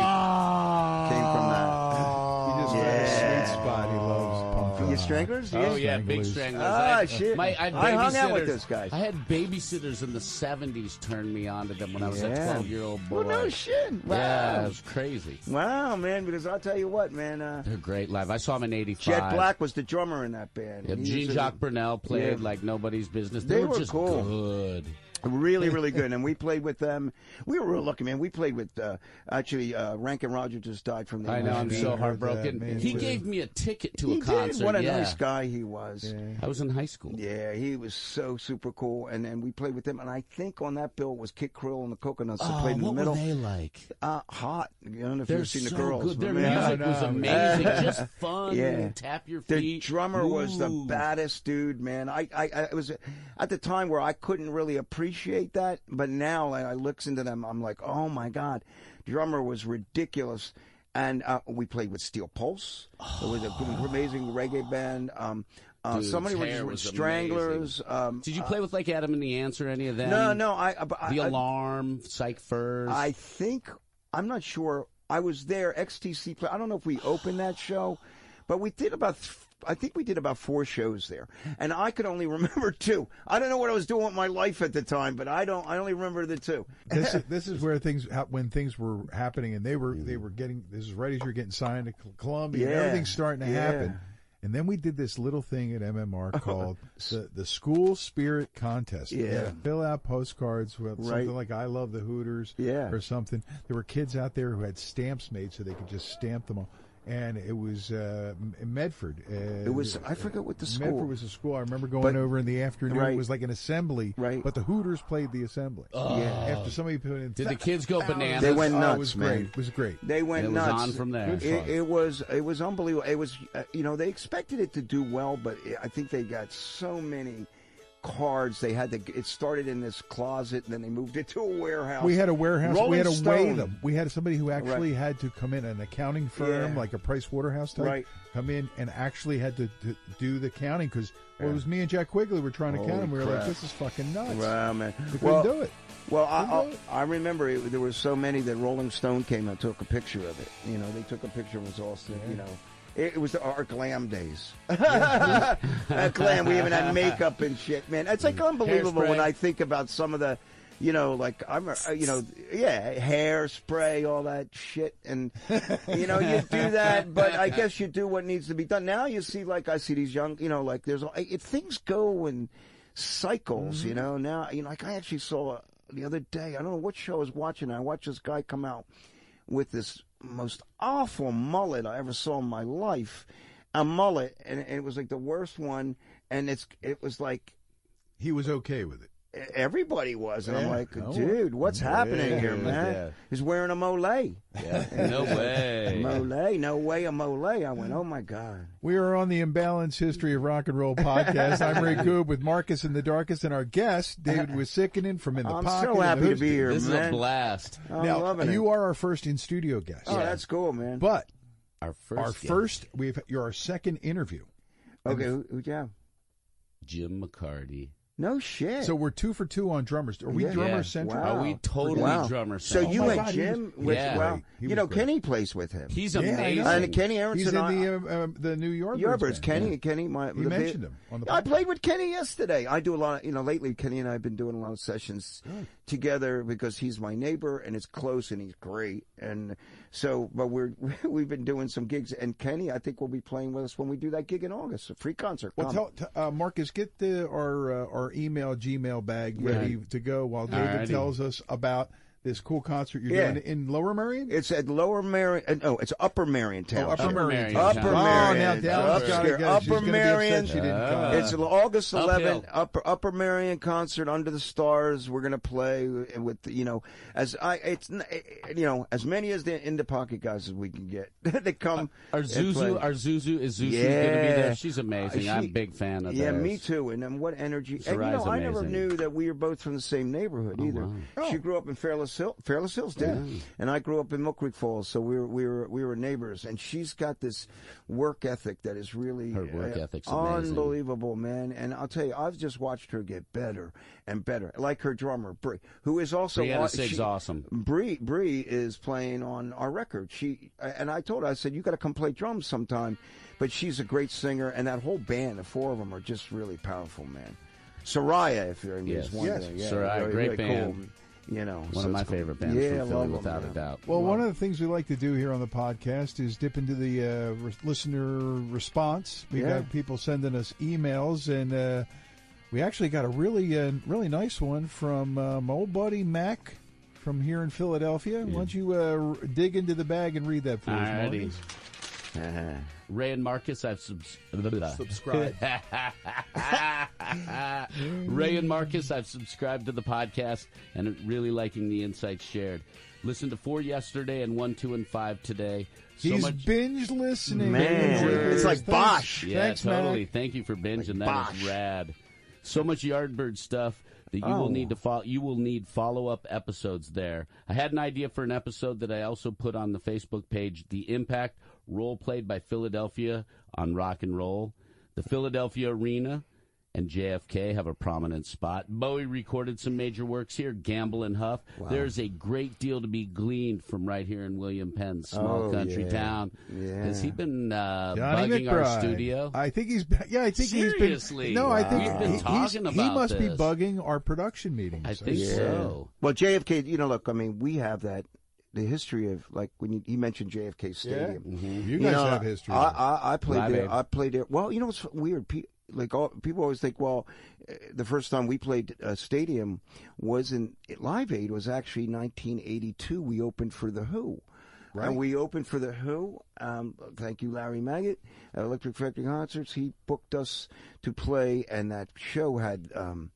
Speaker 3: came
Speaker 1: Oh,
Speaker 3: from that.
Speaker 2: He just found a
Speaker 3: Yeah.
Speaker 2: sweet spot. He loves punk rock.
Speaker 3: The Stranglers?
Speaker 1: oh yeah, big
Speaker 2: Stranglers.
Speaker 1: stranglers.
Speaker 3: Ah,
Speaker 1: I had- uh,
Speaker 3: shit.
Speaker 1: My, I, had
Speaker 3: I hung out with
Speaker 1: babysitters-
Speaker 3: those guys.
Speaker 1: I had babysitters in the '70s turn me on to them when I was a
Speaker 3: Yeah.
Speaker 1: 12 year old boy.
Speaker 3: Well, no shit. Wow.
Speaker 1: Yeah, it was crazy.
Speaker 3: Wow, man, because I'll tell you what, man, uh,
Speaker 1: They're great live. I saw them in '85.
Speaker 3: Jet Black was the drummer in that band.
Speaker 1: Yep,
Speaker 3: He
Speaker 1: Jean
Speaker 3: was a-
Speaker 1: Jacques Brunel played
Speaker 3: Yeah.
Speaker 1: like nobody's business. They,
Speaker 3: They
Speaker 1: were,
Speaker 3: were
Speaker 1: just
Speaker 3: cool.
Speaker 1: good.
Speaker 3: Really, really good. And we played with them. We were real lucky, man. We played with, uh, actually, uh, Rankin Rogers just died from the
Speaker 1: I know. I'm
Speaker 3: HIV.
Speaker 2: heard
Speaker 1: so
Speaker 2: that,
Speaker 1: heartbroken.
Speaker 2: man,
Speaker 1: he
Speaker 2: too.
Speaker 1: gave me a ticket to
Speaker 3: He
Speaker 1: a concert.
Speaker 3: did. What a
Speaker 1: yeah.
Speaker 3: nice guy he was. Yeah.
Speaker 1: I was in high school.
Speaker 3: he was so super cool. And then we played with them. And I think on that bill was Kid Krill and the Coconuts that
Speaker 1: Oh,
Speaker 3: played in the
Speaker 1: what
Speaker 3: middle.
Speaker 1: were they like?
Speaker 3: Uh, hot. I don't know if
Speaker 1: They're
Speaker 3: you've seen
Speaker 1: so
Speaker 3: the girls.
Speaker 1: good. Their
Speaker 3: but man,
Speaker 1: music was
Speaker 2: no.
Speaker 1: amazing. just fun.
Speaker 3: Yeah.
Speaker 1: Tap your
Speaker 3: The
Speaker 1: feet.
Speaker 3: drummer was the
Speaker 1: Ooh.
Speaker 3: baddest dude, man. I, I, I it was at the time where I couldn't really appreciate that, but now like, I look into them, I'm like, oh my god, drummer was ridiculous. And uh, we played with Steel Pulse. It was an amazing reggae band. Um, uh,
Speaker 1: Dude's
Speaker 3: somebody was,
Speaker 1: hair
Speaker 3: with
Speaker 1: was
Speaker 3: Stranglers. Um,
Speaker 1: Did you play with like Adam and the Ants or any of them?
Speaker 3: no, no, I, I, I-
Speaker 1: The Alarm, Psych Furs.
Speaker 3: I think I'm not sure. I was there. XTC play. I don't know if we opened that show, but we did about. Th- I think we did about four shows there, and I could only remember two. I don't know what I was doing with my life at the time, but I don't. I only remember the two.
Speaker 2: this is this is where things hap- when things were happening and they were they were getting this is right as you're getting signed to Col- Columbia and
Speaker 3: Mm. Yeah,
Speaker 2: everything's starting to
Speaker 3: yeah.
Speaker 2: happen. And then we did this little thing at MMR called the, the School Spirit Contest. We had
Speaker 3: Yeah.
Speaker 2: to fill out postcards with
Speaker 3: Right.
Speaker 2: something like "I love the Hooters"
Speaker 3: Yeah.
Speaker 2: or something. There were kids out there who had stamps made so they could just stamp them all. And it was uh, M- Medford. Uh,
Speaker 3: It was. I forget what the school.
Speaker 2: Medford was a school. I remember going
Speaker 3: But-
Speaker 2: over in the afternoon.
Speaker 3: Right.
Speaker 2: It was like an assembly.
Speaker 3: Right.
Speaker 2: But the Hooters played the assembly.
Speaker 3: Yeah.
Speaker 2: After somebody put in.
Speaker 1: Did the kids go bananas?
Speaker 3: They went
Speaker 2: Oh,
Speaker 3: nuts,
Speaker 2: it was
Speaker 3: man.
Speaker 2: great. It was great.
Speaker 3: They went
Speaker 1: It was
Speaker 3: nuts.
Speaker 1: on from there. Good
Speaker 3: It,
Speaker 1: fun.
Speaker 3: it was it was unbelievable. It was uh, you know they expected it to do well, but it, I think they got so many cards. They had to. g- It started in this closet, and then they moved it to a warehouse.
Speaker 2: We had a warehouse. we
Speaker 3: Rolling
Speaker 2: had to weigh
Speaker 3: Stone.
Speaker 2: them. We had somebody who actually had to come in, an accounting firm
Speaker 3: Yeah.
Speaker 2: like a Price Waterhouse type,
Speaker 3: Right.
Speaker 2: come in and actually had to, to do the counting because well, it was me and Jack Quigley were trying to count
Speaker 3: Holy
Speaker 2: them. We were like,
Speaker 3: crap.
Speaker 2: this is fucking nuts.
Speaker 3: Wow, man.
Speaker 2: We couldn't
Speaker 3: Well,
Speaker 2: do it.
Speaker 3: Well, I,
Speaker 2: Couldn't
Speaker 3: I,
Speaker 2: do it.
Speaker 3: I remember it, there were so many that Rolling Stone came and took a picture of it. You know, they took a picture of us all. sitting, You know, it, it was the, our glam days. That glam, we even had makeup and shit, man. It's like unbelievable when
Speaker 1: Hairspray.
Speaker 3: I think about some of the, you know, like I'm, a- uh, you know, yeah, hairspray, all that shit, and you know, you do that, but I guess you do what needs to be done. Now you see, like I see these young, you know, like there's it, things go in cycles, you know. Now, you know, like I actually saw the other day. I don't know what show I was watching. I watched this guy come out with this most awful mullet I ever saw in my life, a mullet, and, and it was like the worst one. And it's it was like
Speaker 2: He was okay with it.
Speaker 3: everybody was, and I'm
Speaker 2: Yeah.
Speaker 3: like,
Speaker 2: Oh,
Speaker 3: dude, what's happening here, man?
Speaker 1: yeah.
Speaker 3: He's wearing a mole,
Speaker 1: no way.
Speaker 3: mole, no way, a mole. I went, oh my god.
Speaker 2: We are on the Imbalanced History of Rock and Roll podcast. I'm Ray Goob with Marcus in the Darkest and our guest, David Wisikinen from In the
Speaker 3: I'm
Speaker 2: Pocket. and
Speaker 3: so
Speaker 2: the
Speaker 3: happy to
Speaker 2: Hooters.
Speaker 3: be here,
Speaker 1: this is a
Speaker 3: man.
Speaker 1: blast.
Speaker 3: I'm
Speaker 2: now,
Speaker 3: loving
Speaker 2: you
Speaker 3: it.
Speaker 2: are our first in studio guest.
Speaker 3: Oh, that's cool, man.
Speaker 2: But
Speaker 1: Our first,
Speaker 2: our
Speaker 1: guest,
Speaker 2: first, we've you're our second interview.
Speaker 3: okay, who, who, yeah.
Speaker 1: Jim McCarty
Speaker 3: No shit.
Speaker 2: So we're two for two on drummers. Are we
Speaker 3: Yeah.
Speaker 2: drummer
Speaker 1: Yeah.
Speaker 2: centric?
Speaker 3: Wow.
Speaker 1: Are Oh, we totally
Speaker 3: Wow.
Speaker 1: drummer
Speaker 3: So
Speaker 1: centric?
Speaker 3: you
Speaker 2: Oh my
Speaker 3: and
Speaker 2: God, he
Speaker 3: Jim,
Speaker 2: was
Speaker 3: with,
Speaker 1: Yeah.
Speaker 3: well,
Speaker 2: He
Speaker 3: you
Speaker 2: was
Speaker 3: know,
Speaker 2: great.
Speaker 3: Kenny plays with him.
Speaker 1: He's
Speaker 2: Yeah, I know.
Speaker 1: amazing.
Speaker 3: and Kenny
Speaker 2: He's
Speaker 3: Aronson.
Speaker 2: in
Speaker 3: I-
Speaker 2: the um, um, the New York
Speaker 3: Yardbirds. Kenny, Kenny, my
Speaker 2: You mentioned him on the
Speaker 3: I
Speaker 2: podcast.
Speaker 3: played with Kenny yesterday. I do a lot. Of, you know, lately Kenny and I have been doing a lot of sessions together because he's my neighbor and it's close and he's great. And so, but we're we've been doing some gigs and Kenny, I think, will be playing with us when we do that gig in August, a free concert.
Speaker 2: Well,
Speaker 3: Come.
Speaker 2: tell, t- uh, Marcus, get the, our uh, our email Gmail bag ready to go while David
Speaker 1: Alrighty.
Speaker 2: tells us about this cool concert you're
Speaker 3: Yeah.
Speaker 2: doing in Lower Marion.
Speaker 3: it's at Lower Marion. uh, No, it's Upper Marion Town.
Speaker 2: Oh, Upper
Speaker 1: Upper
Speaker 2: Marion.
Speaker 1: Marion.
Speaker 3: Upper
Speaker 2: oh,
Speaker 3: Marion.
Speaker 2: now Dallas got to
Speaker 3: Upscare-
Speaker 2: go. She's
Speaker 3: Upper
Speaker 2: gonna be upset
Speaker 3: Marion.
Speaker 2: She didn't come.
Speaker 3: It's August
Speaker 1: Uphill.
Speaker 3: 11th, Upper Upper Marion concert under the stars. We're gonna play with you know as I it's n- you know as many as the in the pocket guys as we can get. they come.
Speaker 1: Our
Speaker 3: and play.
Speaker 1: Zuzu, our Zuzu is Zuzu going to be
Speaker 3: Yeah.
Speaker 1: there? She's amazing.
Speaker 3: Uh,
Speaker 1: I'm
Speaker 3: she-
Speaker 1: a big fan of
Speaker 3: yeah,
Speaker 1: theirs.
Speaker 3: me too. And then what energy? and you know,
Speaker 1: Sarai's
Speaker 3: I never
Speaker 1: amazing. Oh,
Speaker 3: knew that we were both from the same neighborhood either. She grew up in Fairless, Hill, Fairless Hills, did, and I grew up in Mill Creek Falls. So we were we were we were neighbors. And she's got this work ethic that is really uh,
Speaker 1: Her work ethic's amazing.
Speaker 3: unbelievable, man. And I'll tell you, I've just watched her get better and better. Like her drummer Brie, who is also
Speaker 1: Brianna
Speaker 3: on-
Speaker 1: Sig's
Speaker 3: she-
Speaker 1: awesome.
Speaker 3: Bree Bree is playing on our record. She and I told her I said you got to come play drums sometime, but she's a great singer and that whole band, the four of them are just really powerful, man. Soraya, if you're in
Speaker 1: Yes.
Speaker 3: one
Speaker 2: Yes.
Speaker 3: thing, yeah,
Speaker 1: Soraya,
Speaker 3: really,
Speaker 1: great
Speaker 3: really
Speaker 1: band.
Speaker 3: Cool. You know,
Speaker 1: One of my favorite bands
Speaker 3: yeah,
Speaker 1: from
Speaker 3: love
Speaker 1: Philly,
Speaker 3: 'em,
Speaker 1: without
Speaker 3: man.
Speaker 1: a doubt.
Speaker 2: Well, one of the things we like to do here on the podcast is dip into the uh, re- listener response. We
Speaker 3: Yeah.
Speaker 2: got people sending us emails, and uh, we actually got a really, uh, really nice one from uh, my old buddy Mac from here in Philadelphia. Why don't you uh, r- dig into the bag and read that for us,
Speaker 1: Alrighty.
Speaker 2: Marcus?
Speaker 3: Uh-huh.
Speaker 1: Ray and Marcus, I've subs-
Speaker 4: Subscribe.
Speaker 1: Ray and Marcus, I've subscribed to the podcast and really liking the insights shared. Listened to four yesterday and one, two, and five today. So
Speaker 2: He's
Speaker 1: much-
Speaker 2: binge listening.
Speaker 3: Man,
Speaker 2: Binge
Speaker 3: it's like
Speaker 2: listeners.
Speaker 3: Bosch.
Speaker 1: Yeah,
Speaker 2: Thanks, Mac.
Speaker 1: totally. Thank you for binging. That is
Speaker 3: Bosh.
Speaker 1: rad. So much Yardbird stuff that you
Speaker 3: Oh.
Speaker 1: will need to follow. You will need follow up episodes there. I had an idea for an episode that I also put on the Facebook page: the impact role played by Philadelphia on rock and roll. The Philadelphia Arena and JFK have a prominent spot. Bowie recorded some major works here. Gamble and Huff. There's a great deal to be gleaned from right here in William Penn's small
Speaker 3: Oh,
Speaker 1: country
Speaker 3: yeah.
Speaker 1: town. Has he been uh,
Speaker 2: Johnny
Speaker 1: bugging
Speaker 2: McBride.
Speaker 1: our studio.
Speaker 2: I think he's. Yeah, I think he's
Speaker 1: Seriously?
Speaker 2: been. No, I think
Speaker 1: We've been
Speaker 2: he- he's-
Speaker 1: talking
Speaker 2: He
Speaker 1: about
Speaker 2: must be
Speaker 1: this.
Speaker 2: bugging our production meetings.
Speaker 1: I think
Speaker 3: Yeah.
Speaker 1: so.
Speaker 3: Well, JFK, you know, look, I mean, we have that the history of like when you, he mentioned JFK Stadium.
Speaker 2: You guys
Speaker 3: know,
Speaker 2: have history.
Speaker 3: I, I, I played
Speaker 1: Live Aid.
Speaker 3: there. I played there. Well, you know what's weird? Pe- like all, people always think, well, uh, the first time we played a stadium was in Live Aid was actually 1982. We opened for the Who. Right. And we opened for the Who. Um, thank you, Larry Maggot at Electric Factory Concerts. He booked us to play, and that show had um,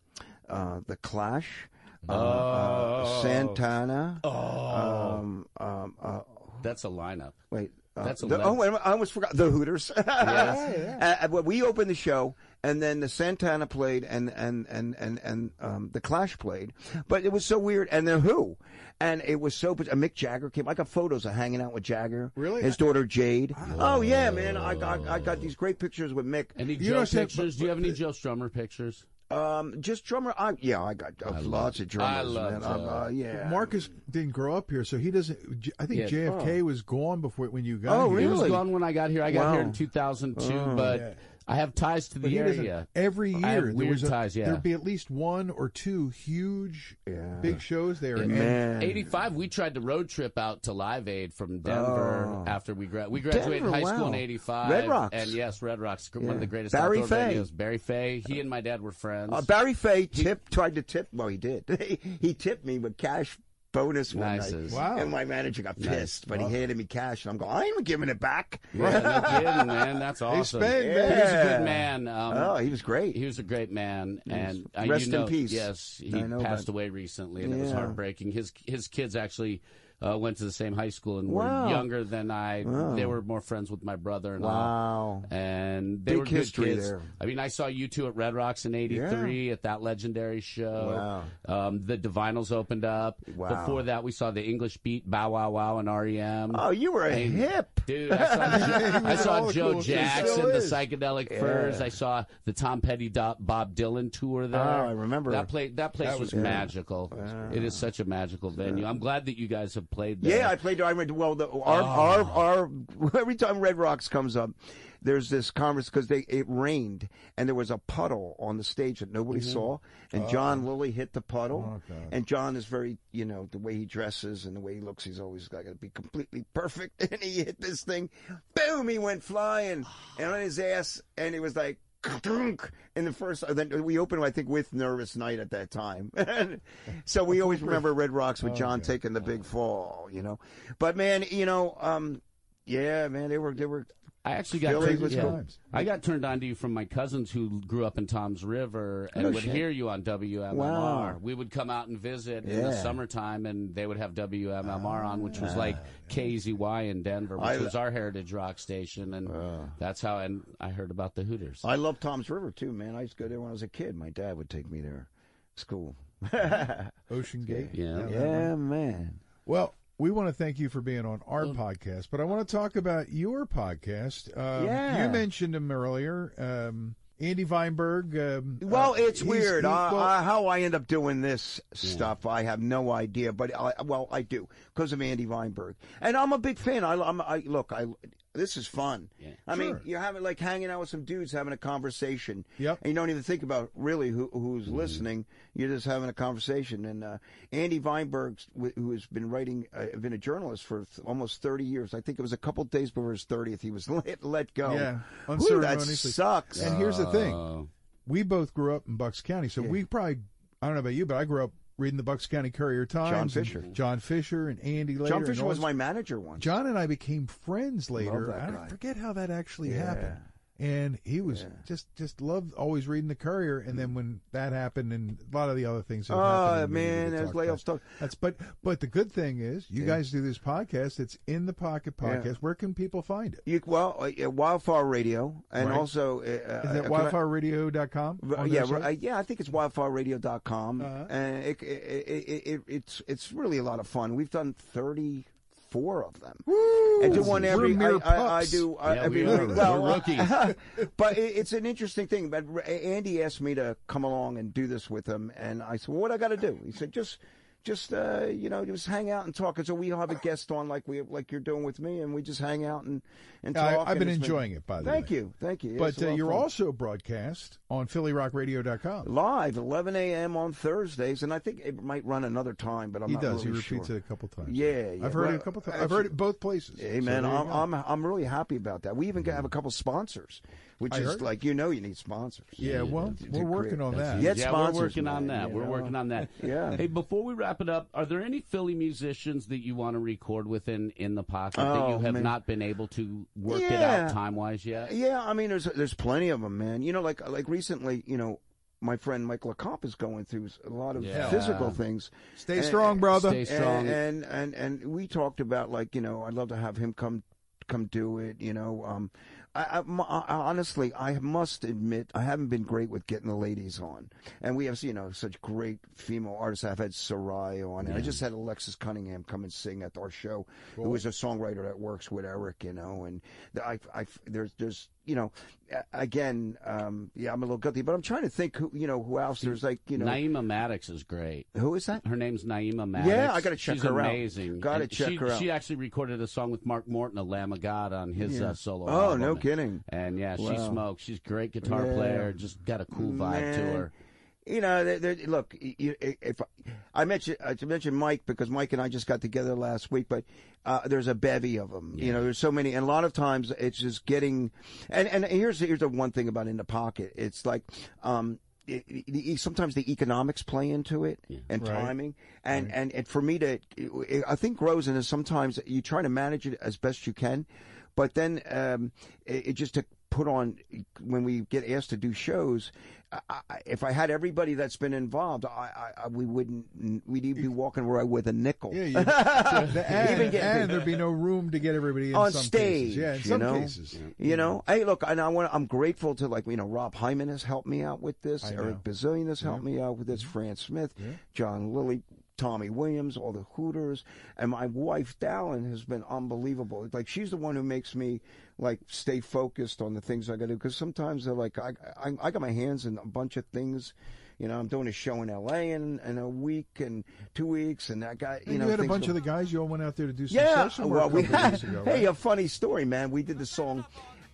Speaker 3: uh, the Clash, uh, uh, Santana. Um, um, uh,
Speaker 1: That's a lineup.
Speaker 3: Wait. Uh,
Speaker 1: That's a
Speaker 3: the,
Speaker 1: lens.
Speaker 3: oh, wait, I almost forgot the Hooters. Uh, uh, well, we opened the show, and then the Santana played, and and and and and um, the Clash played. But it was so weird, and the Who, and it was so. And Mick Jagger came. I got photos of hanging out with Jagger.
Speaker 2: Really?
Speaker 3: His daughter Jade. Oh yeah, man. I got I got these great pictures with Mick.
Speaker 1: Any
Speaker 2: You
Speaker 1: Joe
Speaker 2: don't think-
Speaker 1: pictures? Do you have any Joe Strummer pictures?
Speaker 3: Um, just drummer. I yeah, I got uh, lots of drummers.
Speaker 1: I love
Speaker 3: man. I'm,
Speaker 1: Joe.
Speaker 3: uh, yeah.
Speaker 2: Marcus didn't grow up here, so he doesn't. J- I think
Speaker 1: Yes.
Speaker 2: JFK was gone before when you got
Speaker 3: Oh,
Speaker 2: here.
Speaker 1: He was
Speaker 3: Really?
Speaker 1: gone when I got here. I got
Speaker 3: Wow.
Speaker 1: here in 2002, but I have ties to
Speaker 2: Oh, But
Speaker 1: the
Speaker 2: he doesn't-
Speaker 1: area.
Speaker 2: Every year,
Speaker 1: I have
Speaker 2: there
Speaker 1: weird
Speaker 2: was a-
Speaker 1: ties, yeah.
Speaker 2: there'd be at least one or two huge, big shows there. And-
Speaker 3: man.
Speaker 1: 85, we tried to road trip out to Live Aid from
Speaker 2: Oh.
Speaker 1: Denver after we gra- we graduated
Speaker 3: Denver,
Speaker 1: high school in
Speaker 3: wow.
Speaker 1: 85.
Speaker 3: Red Rocks.
Speaker 1: And yes, Red Rocks, one
Speaker 3: Yeah.
Speaker 1: of the greatest
Speaker 3: Barry
Speaker 1: outdoor
Speaker 3: Fay.
Speaker 1: venues. Barry Fay. He and my dad were friends.
Speaker 3: Uh, Barry Fay tipped, tried to tip. Well, he did. he tipped me with cash bonus one
Speaker 1: Nice.
Speaker 3: night.
Speaker 2: Wow.
Speaker 3: And my manager got pissed, but he handed me cash, and I'm going, I ain't giving it back.
Speaker 1: yeah, no kidding, man. That's awesome.
Speaker 2: spend,
Speaker 1: He
Speaker 3: man.
Speaker 1: was a
Speaker 3: Yeah.
Speaker 1: good man. Um,
Speaker 3: oh, he was great.
Speaker 1: he was a great man, and I,
Speaker 3: Rest
Speaker 1: you
Speaker 3: in
Speaker 1: know,
Speaker 3: peace.
Speaker 1: Yes, he
Speaker 3: I know,
Speaker 1: passed
Speaker 3: but-
Speaker 1: away recently, and it was
Speaker 3: Yeah.
Speaker 1: heartbreaking. His his kids actually uh, went to the same high school and
Speaker 3: Wow.
Speaker 1: were younger than I.
Speaker 3: Wow.
Speaker 1: They were more friends with my brother and all.
Speaker 3: Wow.
Speaker 1: And they
Speaker 3: Big
Speaker 1: were good
Speaker 3: history
Speaker 1: kids.
Speaker 3: there.
Speaker 1: I mean, I saw you two at Red Rocks in '83 at that legendary show. Um, the Divinals opened up.
Speaker 3: Wow.
Speaker 1: Before that, we saw the English Beat, Bow Wow Wow, E and REM.
Speaker 3: Oh, you were a hip.
Speaker 1: Dude, I saw, I
Speaker 2: all
Speaker 1: saw
Speaker 2: the
Speaker 1: Joe
Speaker 2: cool shit.
Speaker 1: Jackson,
Speaker 2: Still
Speaker 1: the
Speaker 2: is.
Speaker 1: Psychedelic Furs. I saw the Tom Petty Do- Bob Dylan tour there.
Speaker 3: Oh, I remember.
Speaker 1: that place. That place was, magical. It is such a magical venue. I'm glad that you guys have played there.
Speaker 3: Yeah, I played. I went. Well, the, our, our our every time Red Rocks comes up, there's this conference because they it rained and there was a puddle on the stage that nobody saw, and John Lilly hit the puddle. and John is very, you know, the way he dresses and the way he looks, he's always got to be completely perfect. And he hit this thing, boom! He went flying and on his ass, and it was like. Drunk in the first, then we opened, I think, with Nervous Night at that time. so we always remember Red Rocks with John taking the big fall, you know. But man, you know, um, yeah, man, they were they were
Speaker 1: I actually got
Speaker 3: Philly
Speaker 1: turned,
Speaker 3: was
Speaker 1: yeah.
Speaker 2: good.
Speaker 1: I got turned on to you from my cousins who grew up in Tom's River and
Speaker 3: No
Speaker 1: would
Speaker 3: shit.
Speaker 1: hear you on WMMR.
Speaker 3: Wow.
Speaker 1: We would come out and visit in
Speaker 3: Yeah.
Speaker 1: the summertime, and they would have WMMR on, which was like KZY in Denver, which
Speaker 3: Ah. I- Ah.
Speaker 1: was our heritage rock station, and that's how. And I heard about the Hooters.
Speaker 3: I love Tom's River too, man. I used to go there when I was a kid. My dad would take me there. It's cool. yeah,
Speaker 2: Ocean Gate.
Speaker 1: Yeah.
Speaker 3: man.
Speaker 2: Well, we want to thank you for being on our
Speaker 3: Mm.
Speaker 2: podcast, but I want to talk about your podcast. Um,
Speaker 3: Yeah.
Speaker 2: You mentioned him earlier. Um, Andy Weinberg. Um,
Speaker 3: Well,
Speaker 2: uh,
Speaker 3: it's
Speaker 2: he's-
Speaker 3: weird.
Speaker 2: he-
Speaker 3: uh,
Speaker 2: well,
Speaker 3: uh, how I end up doing this stuff, I have no idea. But I, well, I do because of Andy Weinberg, and I'm a big fan. I, I'm, I look, I this is fun. I mean,
Speaker 2: Sure.
Speaker 3: you're having like hanging out with some dudes, having a conversation.
Speaker 2: Yep. Mm-hmm.
Speaker 3: And you don't even think about really who who's listening. You're just having a conversation. And uh, Andy Weinberg, wh- who has been writing, uh, been a journalist for th- almost 30 years. I think it was a couple days before his 30th, he was let, let go.
Speaker 2: Yeah,
Speaker 3: Whew, that
Speaker 2: unceremoniously.
Speaker 3: sucks.
Speaker 2: and here's the thing.
Speaker 1: Oh.
Speaker 2: we both grew up in Bucks County, so we probably I don't know about you, but I grew up reading the Bucks County Courier Times, and
Speaker 3: Fisher.
Speaker 2: John Fisher, and Andy later.
Speaker 3: John
Speaker 2: and
Speaker 3: Fisher
Speaker 2: all
Speaker 3: was
Speaker 2: this-
Speaker 3: my manager once.
Speaker 2: John and I became friends later.
Speaker 3: that
Speaker 2: I
Speaker 3: guy.
Speaker 2: don't forget how that actually
Speaker 3: Yeah.
Speaker 2: happened. And he was just just loved always reading the Courier, and then when that happened, and a lot of the other things. That
Speaker 3: Mm. Oh
Speaker 2: happened, we needed
Speaker 3: man,
Speaker 2: to
Speaker 3: there's
Speaker 2: talk
Speaker 3: layoff
Speaker 2: about.
Speaker 3: stuff.
Speaker 2: That's but but the good thing is you guys do this podcast. It's in the pocket podcast. Where can people find it?
Speaker 3: You well, uh, uh, Wildfire Radio, and
Speaker 2: Right.
Speaker 3: also uh, is
Speaker 2: Is that wildfireradio.com?
Speaker 3: Uh,
Speaker 2: on
Speaker 3: yeah,
Speaker 2: their site?
Speaker 3: uh, yeah, I think it's wildfireradio.com.
Speaker 2: Uh-huh.
Speaker 3: And it, it, it, it, it's it's really a lot of fun. We've done 34 of them. I do one
Speaker 2: We're
Speaker 3: every. I,
Speaker 2: mere
Speaker 3: I, I
Speaker 2: pups.
Speaker 3: do uh,
Speaker 1: Yeah,
Speaker 3: every.
Speaker 1: we are.
Speaker 3: week.
Speaker 1: We're
Speaker 3: Well, uh,
Speaker 1: rookies.
Speaker 3: but it, it's an interesting thing. But R- Andy asked me to come along and do this with him, and I said, well, "What I got to do?" He said, "Just." Just uh, you know, just hang out and talk. And so we have a guest on, like we like you're doing with me, and we just hang out and and
Speaker 2: I-
Speaker 3: talk.
Speaker 2: I've
Speaker 3: and
Speaker 2: been
Speaker 3: it's
Speaker 2: enjoying it, by the
Speaker 3: thank
Speaker 2: way.
Speaker 3: you, thank you. It's
Speaker 2: But
Speaker 3: a
Speaker 2: uh,
Speaker 3: lot of
Speaker 2: you're
Speaker 3: fun
Speaker 2: also broadcast on PhillyRockRadio.com.
Speaker 3: live 11 a.m. on Thursdays, and I think it might run another time, but I'm
Speaker 2: He
Speaker 3: not
Speaker 2: does.
Speaker 3: Really
Speaker 2: he repeats
Speaker 3: sure.
Speaker 2: it a couple times.
Speaker 3: Yeah, yeah.
Speaker 2: I've heard
Speaker 3: Well,
Speaker 2: it a couple times. I've heard it both places.
Speaker 3: Hey man, I'm, I'm I'm really happy about that. We even have a couple sponsors, which
Speaker 2: Mm-hmm. I
Speaker 3: is
Speaker 2: heard.
Speaker 3: like you know you need sponsors.
Speaker 2: yeah, well, we're working on that.
Speaker 3: Get
Speaker 1: yeah,
Speaker 3: sponsors,
Speaker 1: we're working on
Speaker 3: man,
Speaker 1: that.
Speaker 3: you
Speaker 1: We're
Speaker 3: know?
Speaker 1: working on that.
Speaker 3: Yeah.
Speaker 1: Hey, before we wrap it up, are there any Philly musicians that you want to record within in the pocket that
Speaker 3: Oh,
Speaker 1: you have
Speaker 3: man.
Speaker 1: not been able to work it
Speaker 3: Yeah.
Speaker 1: out time wise yet?
Speaker 3: Yeah, I mean, there's there's plenty of them, man. You know, like like recently, you know, my friend Mike LaComp is going through a lot of
Speaker 1: Yeah.
Speaker 3: physical things.
Speaker 2: Stay
Speaker 3: And-
Speaker 2: strong, brother.
Speaker 1: Stay strong.
Speaker 3: And, and and and we talked about like you know I'd love to have him come come do it. You know, um, I, I- m- I- honestly I must admit I haven't been great with getting the ladies on, and we have you know such great female artists. I've had Sarai on, and I just had Alexis Cunningham come and sing at our show, who is a songwriter that works with Eric. You know, and the- I I there's there's you know a- again um, yeah I'm a little guilty, but I'm trying to think who you know who else there's like you know
Speaker 1: Naima Maddox is great.
Speaker 3: who is that.
Speaker 1: Her name's Naima Maddox.
Speaker 3: I gotta check
Speaker 1: She's
Speaker 3: her out.
Speaker 1: amazing.
Speaker 3: Gotta
Speaker 1: And
Speaker 3: check
Speaker 1: she,
Speaker 3: her out.
Speaker 1: She actually recorded a song with Mark Morton, a Lamb of God, on his uh, solo.
Speaker 3: Oh,
Speaker 1: album.
Speaker 3: no kidding.
Speaker 1: And yeah, she
Speaker 3: Wow.
Speaker 1: smokes. She's a great guitar
Speaker 3: Yeah.
Speaker 1: player. Just got a cool vibe to
Speaker 3: Man,
Speaker 1: her.
Speaker 3: You know, there there- look, y- you, if I mentioned, I mentioned Mike because Mike and I just got together last week, but uh, there's a bevy of them. You know, there's so many, and a lot of times it's just getting. And and here's here's the one thing about in the pocket. It's like. um it, it- Sometimes the economics play into it and
Speaker 2: Right.
Speaker 3: timing, and, and and for me to, I think Rosen is sometimes you try to manage it as best you can, but then um, it, it just to put on when we get asked to do shows. I, I, if I had everybody that's been involved, I, I, I we wouldn't. We'd even be walking around with a nickel.
Speaker 2: Yeah, you, the, and,
Speaker 3: Even get-
Speaker 2: and there'd be no room to get everybody in
Speaker 3: On
Speaker 2: some Cases.
Speaker 3: stage,
Speaker 2: Yeah, in
Speaker 3: you
Speaker 2: some
Speaker 3: know?
Speaker 2: cases.
Speaker 3: You know, hey, look, and I want. I'm grateful to like you know Rob Hyman has helped me out with this.
Speaker 2: I Mm-hmm.
Speaker 3: Eric Bazillion has helped me out with this. Fran Smith, John Lilly, Tommy Williams, all the Hooters, and my wife Dallin has been unbelievable. It's Like she's the one who makes me like stay focused on the things I got to do because sometimes they're like I, I I got my hands in a bunch of things. You know, I'm doing a show in L.A. in, in a week and two weeks, and I got you
Speaker 2: You,
Speaker 3: know
Speaker 2: had a
Speaker 3: things
Speaker 2: bunch
Speaker 3: go-
Speaker 2: of the guys you all went out there to do some
Speaker 3: yeah,
Speaker 2: social work
Speaker 3: well, we
Speaker 2: a couple
Speaker 3: had.
Speaker 2: years ago.
Speaker 3: hey,
Speaker 2: right?
Speaker 3: a funny story, man. We did the song.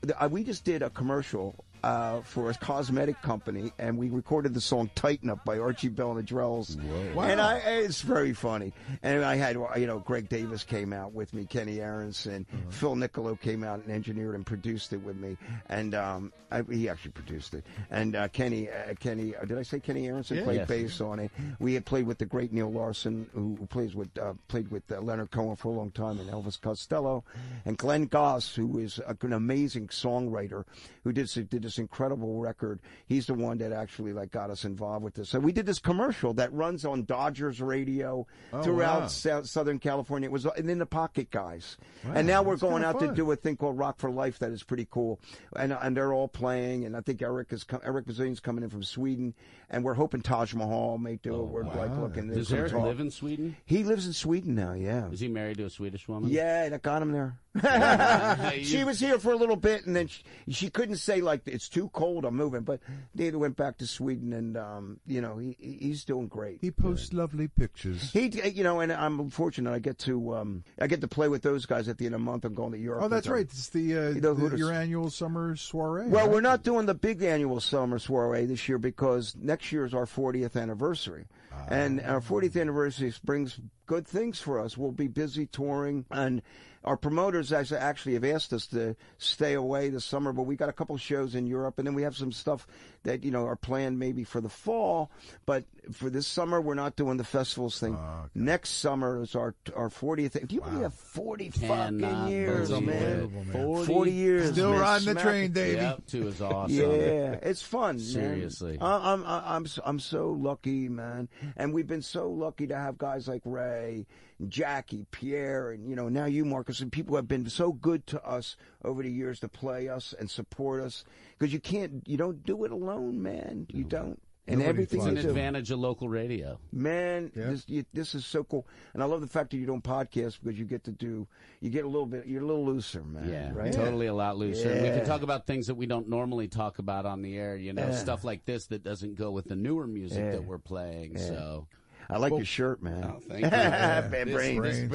Speaker 3: the- uh, We just did a commercial uh, for a cosmetic company, and we recorded the song "Tighten Up" by Archie Bell and the Drells. And I, it's very funny. And I had, uh, you know, Greg Davis came out with me, Kenny Aronson,
Speaker 2: Uh-huh.
Speaker 3: Phil Niccolo came out and engineered and produced it with me, and um, I, he actually produced it. And uh, Kenny, uh, Kenny, uh, did I say Kenny Aronson played
Speaker 1: Yes.
Speaker 3: bass? based on it. We had played with the great Neil Larson, who who plays with uh, played with uh, Leonard Cohen for a long time, and Elvis Costello, and Glenn Goss, who is a, an amazing songwriter, who did s- did this incredible record. He's the one that actually like got us involved with this. So we did this commercial that runs on Dodgers radio throughout
Speaker 2: Oh, wow.
Speaker 3: Sou- Southern California. It was uh, and in the Pocket Guys, and now we're
Speaker 2: that's kinda
Speaker 3: going out
Speaker 2: fun.
Speaker 3: to do a thing called Rock for Life that is pretty cool, and and they're all playing, and I think Eric is com- Eric Bazillion's coming in from Sweden, and we're hoping Taj Mahal may do it. We're like looking.
Speaker 1: Oh, Does
Speaker 3: there's
Speaker 1: Eric
Speaker 3: some talk.
Speaker 1: live in Sweden?
Speaker 3: He lives in Sweden now. Yeah.
Speaker 1: Is he married to a Swedish woman?
Speaker 3: Yeah, that got him there. she was here for a little bit, and then she, she couldn't say like it's too cold. I'm moving, but they went back to Sweden, and um, you know he he- he's doing great.
Speaker 2: He posts lovely pictures.
Speaker 3: He, you know, and I'm fortunate. I get to, um, I get to play with those guys at the end of the month. I'm going to Europe.
Speaker 2: Oh, that's
Speaker 3: with them.
Speaker 2: right. It's the, uh, the-
Speaker 3: Hooters.
Speaker 2: your annual summer soiree.
Speaker 3: Well,
Speaker 2: right?
Speaker 3: we're not doing the big annual summer soiree this year because next year is our 40th anniversary. And our 40th anniversary brings good things for us. We'll be busy touring, and our promoters actually, actually have asked us to stay away this summer. But we got a couple shows in Europe, and then we have some stuff that you know are planned maybe for the fall. But for this summer, we're not doing the festivals thing. Next summer is our our 40th. Do you believe that 40 fucking
Speaker 1: Cannot
Speaker 3: years,
Speaker 1: believe it.
Speaker 3: man?
Speaker 2: Unbelievable, man.
Speaker 3: 40, years.
Speaker 2: still
Speaker 3: man.
Speaker 2: riding the
Speaker 3: Smack-
Speaker 2: train, Davey.
Speaker 1: Yep, two is awesome.
Speaker 3: yeah, it's fun. man.
Speaker 1: Seriously.
Speaker 3: I, I'm I, I'm s- I'm so lucky, man. And we've been so lucky to have guys like Ray, Jackie, Pierre, and you know now you, Marcus, and people have been so good to us over the years to play us and support us because you can't you don't do it alone, man. You don't. And everything
Speaker 1: It's
Speaker 3: you
Speaker 1: an
Speaker 3: do.
Speaker 1: advantage of local radio.
Speaker 3: Man, this you, this is so cool, and I love the fact that you don't podcast because you get to do you get a little bit you're a little looser, man.
Speaker 1: Yeah,
Speaker 3: right?
Speaker 1: totally a lot looser. And We can talk about things that we don't normally talk about on the air, you know, stuff like this that doesn't go with the newer music that we're playing. So,
Speaker 3: I like your shirt, man. Oh,
Speaker 1: thank you.
Speaker 3: Bad brain.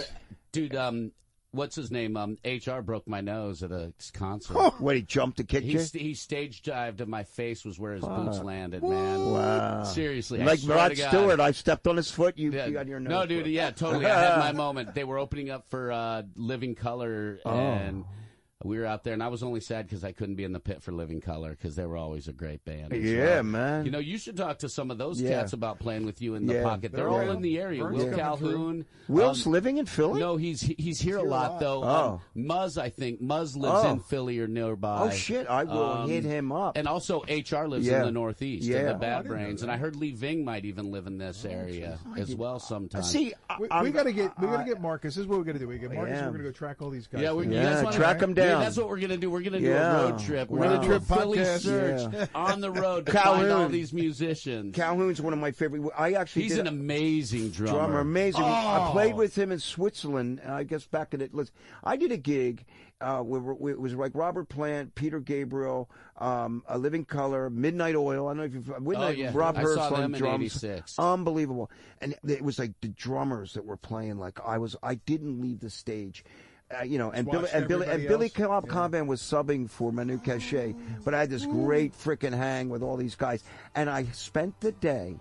Speaker 1: dude, um, what's his name? Um, HR broke my nose at a concert.
Speaker 3: What he jumped to kick
Speaker 1: He,
Speaker 3: you?
Speaker 1: st- he stage dived and my face was where his boots landed, man.
Speaker 3: Wow.
Speaker 1: Seriously. I
Speaker 3: Like
Speaker 1: swear
Speaker 3: Rod
Speaker 1: to God.
Speaker 3: Stewart, I stepped on his foot. You,
Speaker 1: Yeah.
Speaker 3: you got your nose.
Speaker 1: no, dude.
Speaker 3: broke.
Speaker 1: Yeah, totally. I had my moment. They were opening up for uh, Living Color,
Speaker 3: Oh.
Speaker 1: and we were out there, and I was only sad because I couldn't be in the pit for Living Color because they were always a great band. as
Speaker 3: Yeah,
Speaker 1: well.
Speaker 3: man.
Speaker 1: You know, you should talk to some of those
Speaker 3: Yeah.
Speaker 1: cats about playing with you in the
Speaker 3: Yeah.
Speaker 1: pocket. They're
Speaker 2: They're
Speaker 1: all
Speaker 2: around.
Speaker 1: in the area.
Speaker 2: Vern's
Speaker 1: Will
Speaker 2: coming
Speaker 1: Calhoun.
Speaker 3: Will's
Speaker 1: um,
Speaker 3: living in Philly?
Speaker 1: No, he's he- he's here, a lot, though.
Speaker 3: Oh.
Speaker 1: Um, Muzz, I think Muzz lives
Speaker 3: Oh.
Speaker 1: in Philly or nearby.
Speaker 3: Oh, shit. I will
Speaker 1: Um,
Speaker 3: hit him up.
Speaker 1: And also, HR lives
Speaker 3: Yeah.
Speaker 1: in the Northeast, in
Speaker 3: Yeah.
Speaker 1: the
Speaker 3: Oh, I
Speaker 1: Bad
Speaker 2: didn't know Oh,
Speaker 1: Brains, and I heard Lee Ving might even live in this area as well sometimes.
Speaker 3: See, I,
Speaker 2: We,
Speaker 3: I'm-
Speaker 2: got to get we got
Speaker 3: I-
Speaker 2: to get Marcus. This is what we got to do. We get Marcus.
Speaker 3: Yeah.
Speaker 2: We're going to go track all these guys.
Speaker 1: Yeah, we,
Speaker 2: down.
Speaker 1: you guys
Speaker 3: Yeah,
Speaker 1: wanna-
Speaker 3: track 'em down.
Speaker 1: Yeah, that's what we're gonna do. We're gonna do
Speaker 3: Yeah.
Speaker 1: a road trip. We're
Speaker 3: Road
Speaker 1: gonna do a
Speaker 2: trip
Speaker 1: Philly
Speaker 2: podcast.
Speaker 1: search on the road to find all
Speaker 3: Calhoun.
Speaker 1: these musicians.
Speaker 3: Calhoun's one of my favorite. I actually
Speaker 1: He's
Speaker 3: did
Speaker 1: an
Speaker 3: a-
Speaker 1: amazing drummer. Oh.
Speaker 3: drummer, amazing. I played with him in Switzerland. I guess back in it, let's- I did a gig uh, where, where it was like Robert Plant, Peter Gabriel, um, A Living Color, Midnight Oil. I don't know if you've Midnight
Speaker 1: Oh, yeah.
Speaker 3: Rob
Speaker 1: I saw
Speaker 3: Hurst on
Speaker 1: them in
Speaker 3: drums,
Speaker 1: 86.
Speaker 3: unbelievable. And it was like the drummers that were playing. Like I was, I didn't leave the stage. Uh, you know, and Billy
Speaker 2: watched
Speaker 3: and Billy and
Speaker 2: everybody
Speaker 3: Billy
Speaker 2: else.
Speaker 3: Cobb Comban was subbing for Manu Cachet, but I had this great freaking hang with all these guys, and I spent the day,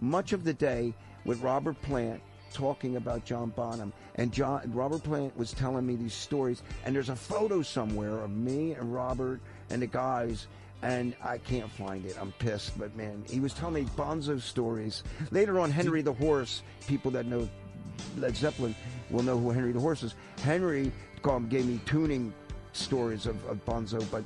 Speaker 3: much of the day, with Robert Plant talking about John Bonham, and John Robert Plant was telling me these stories, and there's a photo somewhere of me and Robert and the guys. And I can't find it. I'm pissed, but man, he was telling me Bonzo stories. Later on, Henry the Horse, people that know Led Zeppelin will know who Henry the Horse is. Henry um, gave me tuning stories of, of Bonzo, but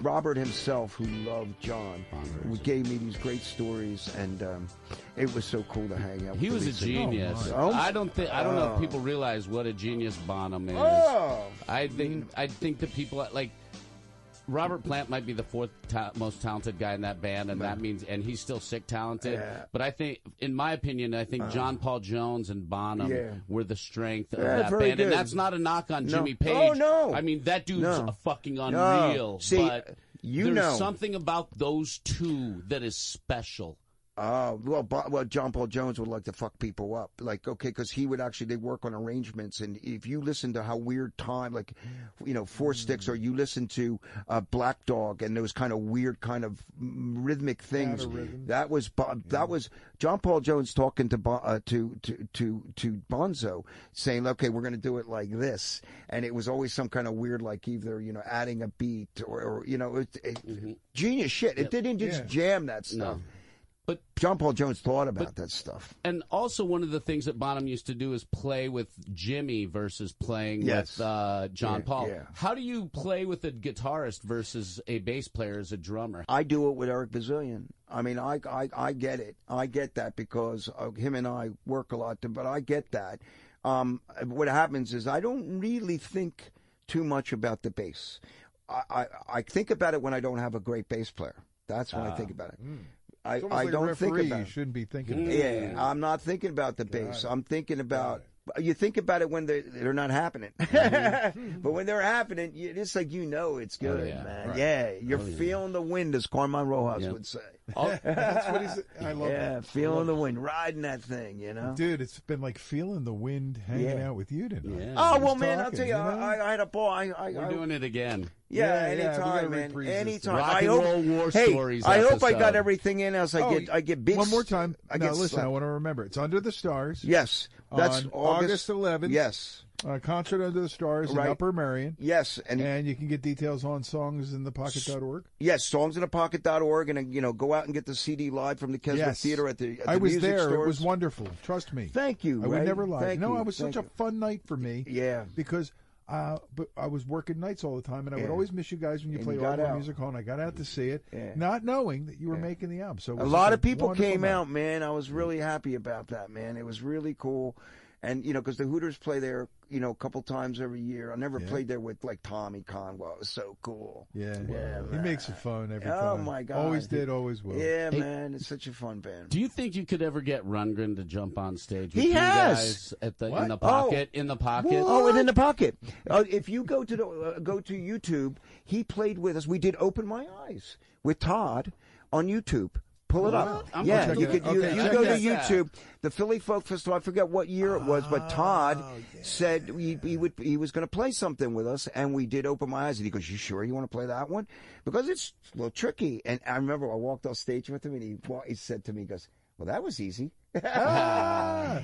Speaker 3: Robert himself, who loved John, who gave me these great stories, and um, it was so cool to hang out.
Speaker 1: He
Speaker 3: with
Speaker 1: was a
Speaker 3: Lisa.
Speaker 1: genius.
Speaker 3: Oh, my.
Speaker 1: I don't think I don't know if people realize what a genius Bonham is.
Speaker 3: Oh.
Speaker 1: I think I think the people like Robert Plant might be the fourth ta- most talented guy in that band, and that means and he's still sick talented.
Speaker 3: Yeah. Uh.
Speaker 1: But I think, in my opinion, I think John Paul Jones and Bonham
Speaker 3: Yeah.
Speaker 1: were the strength of
Speaker 3: Yeah,
Speaker 1: that
Speaker 3: very
Speaker 1: band, and
Speaker 3: good.
Speaker 1: that's not a knock on Jimmy Page.
Speaker 3: Oh, no.
Speaker 1: I mean that dude's
Speaker 3: No.
Speaker 1: a fucking
Speaker 3: No.
Speaker 1: unreal.
Speaker 3: See,
Speaker 1: but
Speaker 3: you
Speaker 1: there's
Speaker 3: know.
Speaker 1: something about those two that is special.
Speaker 3: Oh well, Bo- well, John Paul Jones would like to fuck people up, like okay, because he would actually they work on arrangements, and if you listen to how weird time, like you know, Four Sticks, or you listen to uh, Black Dog, and those kind of weird kind of mm, rhythmic things, that was Bo- that was John Paul Jones talking to Bo- uh, to to to to Bonzo, saying, okay, we're going to do it like this, and it was always some kind of weird, like either you know, adding a beat or, or you know, it, it, genius shit. It didn't just jam that stuff. John Paul Jones thought about that stuff.
Speaker 1: and also one of the things that Bonham used to do is play with Jimmy versus playing
Speaker 3: Yes.
Speaker 1: with uh, John
Speaker 3: Yeah,
Speaker 1: Paul.
Speaker 3: yeah.
Speaker 1: How do you play with a guitarist versus a bass player as a drummer?
Speaker 3: I do it with Eric Bazillion. I mean, I, I, I get it. I get that because uh, him and I work a lot, but I get that. Um, what happens is I don't really think too much about the bass. I, I, I think about it when I don't have a great bass player. That's when I think about it. I,
Speaker 2: It's almost
Speaker 3: I
Speaker 2: like a
Speaker 3: don't
Speaker 2: referee.
Speaker 3: think about
Speaker 2: You
Speaker 3: it.
Speaker 2: shouldn't be thinking. About it.
Speaker 3: Yeah, I'm not thinking about the bass. I'm thinking about. You think about it when they're, they're not happening, but when they're happening, you, it's like you know it's good,
Speaker 1: Oh, yeah. Oh,
Speaker 3: man. Yeah, you're feeling the wind, as Carmine Rojas would say.
Speaker 1: Al-
Speaker 2: That's what he's. I love
Speaker 3: yeah,
Speaker 2: that.
Speaker 3: feeling the wind, riding that thing, you know.
Speaker 2: Dude, it's been like feeling the wind hanging
Speaker 3: Yeah.
Speaker 2: out with you tonight.
Speaker 1: Yeah.
Speaker 3: oh well,
Speaker 2: Just
Speaker 3: man, I'll
Speaker 2: talking,
Speaker 3: tell you,
Speaker 2: you know?
Speaker 3: I, I, I had a ball. I, I,
Speaker 1: We're
Speaker 3: I
Speaker 1: doing it again.
Speaker 3: yeah,
Speaker 2: Yeah, yeah, we gotta
Speaker 3: anytime, man,
Speaker 2: reprise this
Speaker 3: anytime.
Speaker 1: Rock
Speaker 3: I
Speaker 1: and
Speaker 3: hope,
Speaker 1: roll war
Speaker 3: hey,
Speaker 1: stories
Speaker 3: I hope I got
Speaker 1: episode.
Speaker 3: everything in. Else, I
Speaker 2: Oh,
Speaker 3: get, I get big.
Speaker 2: One more time.
Speaker 3: I
Speaker 2: now
Speaker 3: get
Speaker 2: listen,
Speaker 3: slapped.
Speaker 2: I want to remember. It's Under the Stars.
Speaker 3: Yes, that's
Speaker 2: On August 11th.
Speaker 3: Yes,
Speaker 2: A concert Under the Stars
Speaker 3: Right. Mm-hmm.
Speaker 2: in Upper Marion.
Speaker 3: yes, and
Speaker 2: And you can get details on songsinthepocket.org.
Speaker 3: Yes, songsinthepocket.org, and uh, you know, go out and get the CD live from the Keswick Theater at the. At the
Speaker 2: I was
Speaker 3: music
Speaker 2: there.
Speaker 3: Stores.
Speaker 2: It was wonderful. Trust me.
Speaker 3: Thank you.
Speaker 2: I would
Speaker 3: Ray.
Speaker 2: never lie.
Speaker 3: Thank
Speaker 2: no,
Speaker 3: you.
Speaker 2: I was such
Speaker 3: Thank
Speaker 2: a fun night for me.
Speaker 3: Yeah.
Speaker 2: Because uh, but I was working nights all the time, and I would always miss you guys when you
Speaker 3: And
Speaker 2: play
Speaker 3: you got
Speaker 2: all
Speaker 3: out.
Speaker 2: music hall. And I got out to see it,
Speaker 3: Yeah.
Speaker 2: not knowing that you were making the album. So it
Speaker 3: A
Speaker 2: was
Speaker 3: lot
Speaker 2: such
Speaker 3: of people
Speaker 2: wonderful
Speaker 3: came
Speaker 2: night.
Speaker 3: out, man. I was really happy about that, man. It was really cool. And, you know, because the Hooters play there, you know, a couple times every year. I never played there with, like, Tommy Conway. It was so cool.
Speaker 2: Yeah, he makes it fun every
Speaker 3: Oh,
Speaker 2: time.
Speaker 3: my God.
Speaker 2: Always did, always will.
Speaker 3: Yeah, man. It's such a fun band.
Speaker 1: Do you think you could ever get Rundgren to jump on stage with
Speaker 3: He
Speaker 1: you
Speaker 3: has.
Speaker 1: guys at the in
Speaker 3: What?
Speaker 1: the pocket? In the pocket.
Speaker 3: Oh, and in the pocket. Uh, if you go to the, uh, go to YouTube, he played with us. We did "Open My Eyes" with Todd on YouTube. Pull it up.
Speaker 1: What? I'm
Speaker 3: yeah,
Speaker 1: gonna
Speaker 3: you
Speaker 2: check
Speaker 3: could
Speaker 2: it.
Speaker 3: you,
Speaker 2: Okay,
Speaker 3: you
Speaker 2: check
Speaker 3: go to
Speaker 1: this out.
Speaker 3: YouTube. The Philly Folk Festival. I forget what year it was,
Speaker 2: Oh,
Speaker 3: but Todd said he, he would he was going to play something with us, and we did "Open My Eyes." And he goes, "You sure you want to play that one?" Because it's a little tricky. And I remember I walked off stage with him, and he wa- he said to me, he "Goes, well, that was easy."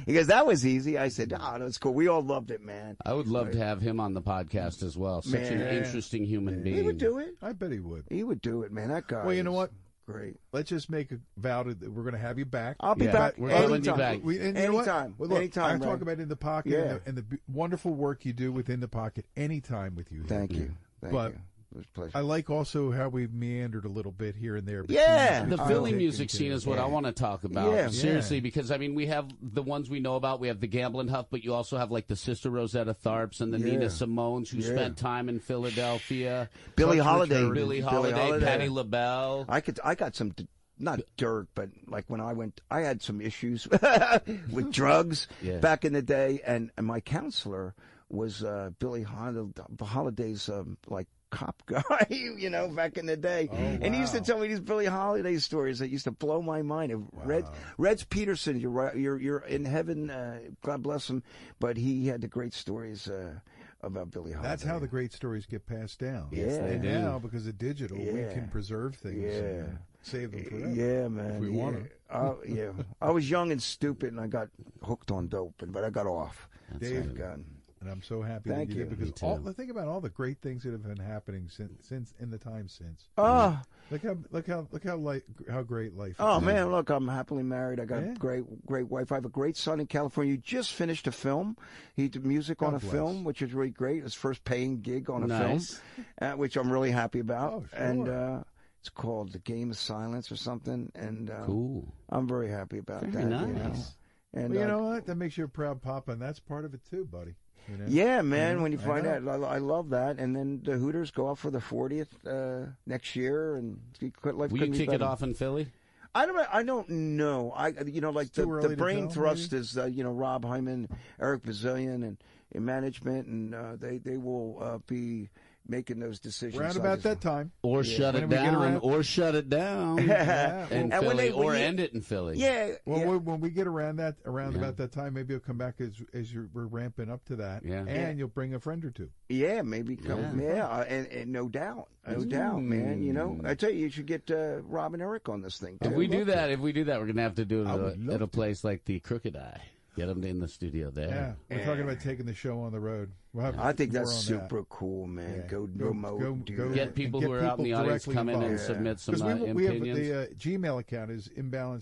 Speaker 3: He goes, that was easy. I said, ah, that's cool. We all loved it, man.
Speaker 1: I would love to have him on the podcast as well. Such an
Speaker 3: Man.
Speaker 1: interesting human being.
Speaker 3: He would do it.
Speaker 2: I bet he would.
Speaker 3: He would do it, man. That guy.
Speaker 2: Well, you know
Speaker 3: is
Speaker 2: what?
Speaker 3: Great.
Speaker 2: Let's just make a vow to- that we're going to have you back.
Speaker 3: I'll be
Speaker 1: Yeah,
Speaker 3: back
Speaker 1: we're
Speaker 3: anytime.
Speaker 1: calling you back.
Speaker 2: We, and you know what?
Speaker 3: Anytime.
Speaker 2: Well, look,
Speaker 3: Anytime,
Speaker 2: I talk
Speaker 3: Ray.
Speaker 2: about in the pocket
Speaker 3: Yeah.
Speaker 2: and, the, and the b- wonderful work you do within the pocket anytime with you. here.
Speaker 3: Thank you. Thank
Speaker 2: But-
Speaker 3: you. It was a pleasure.
Speaker 2: I like also how we've meandered a little bit here and there. between
Speaker 3: Yeah.
Speaker 2: the
Speaker 1: The
Speaker 2: two.
Speaker 1: Philly
Speaker 2: I'll
Speaker 1: music
Speaker 2: take it.
Speaker 1: scene is what I want to talk about.
Speaker 3: Yeah.
Speaker 1: Seriously,
Speaker 2: Yeah.
Speaker 1: because I mean, we have the ones we know about. We have the Gamblin' Huff, but you also have like the Sister Rosetta Tharps and the Nina Simones, who spent time in Philadelphia.
Speaker 3: Billie
Speaker 1: Such
Speaker 3: Holiday.
Speaker 1: return-
Speaker 3: Billie
Speaker 1: Billie Holiday,
Speaker 3: Holiday.
Speaker 1: Patti LaBelle.
Speaker 3: I could. I got some. d- Not dirt, but like when I went, I had some issues with drugs
Speaker 1: Yeah.
Speaker 3: back in the day, and, and my counselor was uh, Billy Hol- Holiday's um, like cop guy, you know, back in the day,
Speaker 2: Oh,
Speaker 3: and he used to tell me these Billy Holiday stories that used to blow my mind. And Red Reds Peterson, you're right, you're you're in heaven, uh, God bless him, but he had the great stories uh, about Billy Holiday.
Speaker 2: That's how the great stories get passed down.
Speaker 3: Yes, they
Speaker 2: and
Speaker 1: do.
Speaker 2: now, because of digital, we can preserve things
Speaker 3: Yeah.
Speaker 2: and uh, save them forever.
Speaker 3: Yeah, man.
Speaker 2: we
Speaker 3: yeah.
Speaker 2: want 'em.
Speaker 3: I, yeah, I was young and stupid, and I got hooked on dope, and but I got off.
Speaker 2: Dave,
Speaker 3: Thank God.
Speaker 2: and I'm so happy
Speaker 3: Thank
Speaker 2: that you,
Speaker 3: you.
Speaker 2: did because
Speaker 1: Me
Speaker 2: all
Speaker 1: too.
Speaker 2: the think about all the great things that have been happening since since in the time since.
Speaker 3: Oh,
Speaker 2: Look how look how look how light how great life.
Speaker 3: oh
Speaker 2: is.
Speaker 3: man, look, I'm happily married. I got
Speaker 2: Yeah.
Speaker 3: a great, great wife. I have a great son in California. He just finished a film. He did music on
Speaker 2: God
Speaker 3: a
Speaker 2: bless.
Speaker 3: film, which is really great. His first paying gig on a
Speaker 1: Nice.
Speaker 3: film, uh, which I'm really happy about.
Speaker 2: Oh, sure.
Speaker 3: And uh, it's called The Game of Silence or something. And uh,
Speaker 1: Cool.
Speaker 3: I'm very happy about
Speaker 1: Very
Speaker 3: that. you know.
Speaker 1: nice.
Speaker 3: And
Speaker 2: Well, you
Speaker 3: uh,
Speaker 2: know what? That makes you a proud papa, and that's part of it too, buddy. You know?
Speaker 3: Yeah, man.
Speaker 2: Mhm.
Speaker 3: When you
Speaker 2: I
Speaker 3: find
Speaker 2: know.
Speaker 3: out, I, I love that. And then the Hooters go off for the 40th uh, next year, and you quit life.
Speaker 1: Will you
Speaker 3: couldn't be
Speaker 1: kick it
Speaker 3: better.
Speaker 1: off in Philly?
Speaker 3: I don't. I don't know. I you know like
Speaker 2: too
Speaker 3: the,
Speaker 2: early to
Speaker 3: the brain
Speaker 2: tell,
Speaker 3: thrust is uh, you know Rob Hyman, Eric Bazillion, and, and management, and uh, they they will uh, be making those decisions.
Speaker 2: Round
Speaker 3: I
Speaker 2: about
Speaker 3: just-
Speaker 2: that time.
Speaker 1: Or shut
Speaker 2: When
Speaker 1: it
Speaker 2: we get
Speaker 1: down,
Speaker 2: around-
Speaker 1: or shut it down
Speaker 2: Yeah,
Speaker 1: in
Speaker 3: well- And when
Speaker 1: Philly,
Speaker 3: they- when
Speaker 1: or
Speaker 3: you-
Speaker 1: end it in Philly.
Speaker 3: Yeah.
Speaker 2: Well,
Speaker 3: yeah.
Speaker 2: we- when we get around that, around
Speaker 1: Yeah.
Speaker 2: about that time, maybe you'll come back as as you're, we're ramping up to that,
Speaker 1: Yeah.
Speaker 2: and
Speaker 3: Yeah.
Speaker 2: you'll bring a friend or two.
Speaker 3: Yeah, maybe come.
Speaker 1: Yeah.
Speaker 3: Yeah, uh, and, and no doubt, no doubt, man. You know, I tell you, you should get uh, Rob and Eric on this thing.
Speaker 1: If
Speaker 3: too.
Speaker 1: we do that, if we do that, we're gonna have to do it
Speaker 2: I
Speaker 1: at
Speaker 2: would
Speaker 1: a,
Speaker 2: love
Speaker 1: at a
Speaker 2: to.
Speaker 1: place like the Crooked Eye. Get them in the studio there.
Speaker 2: Yeah, we're talking about taking the show on the road. We'll have
Speaker 3: I think
Speaker 2: more
Speaker 3: that's
Speaker 2: on that.
Speaker 3: super cool, man.
Speaker 2: Yeah.
Speaker 3: Go,
Speaker 2: Go-
Speaker 3: remote.
Speaker 2: go-
Speaker 3: and do
Speaker 2: go-
Speaker 3: that.
Speaker 1: Get people
Speaker 2: get
Speaker 1: who are out in the
Speaker 2: people
Speaker 1: audience
Speaker 2: directly
Speaker 1: come in and
Speaker 2: involved.
Speaker 1: submit some
Speaker 2: 'Cause
Speaker 1: uh,
Speaker 2: we, we have
Speaker 1: opinions.
Speaker 2: the uh, Gmail account is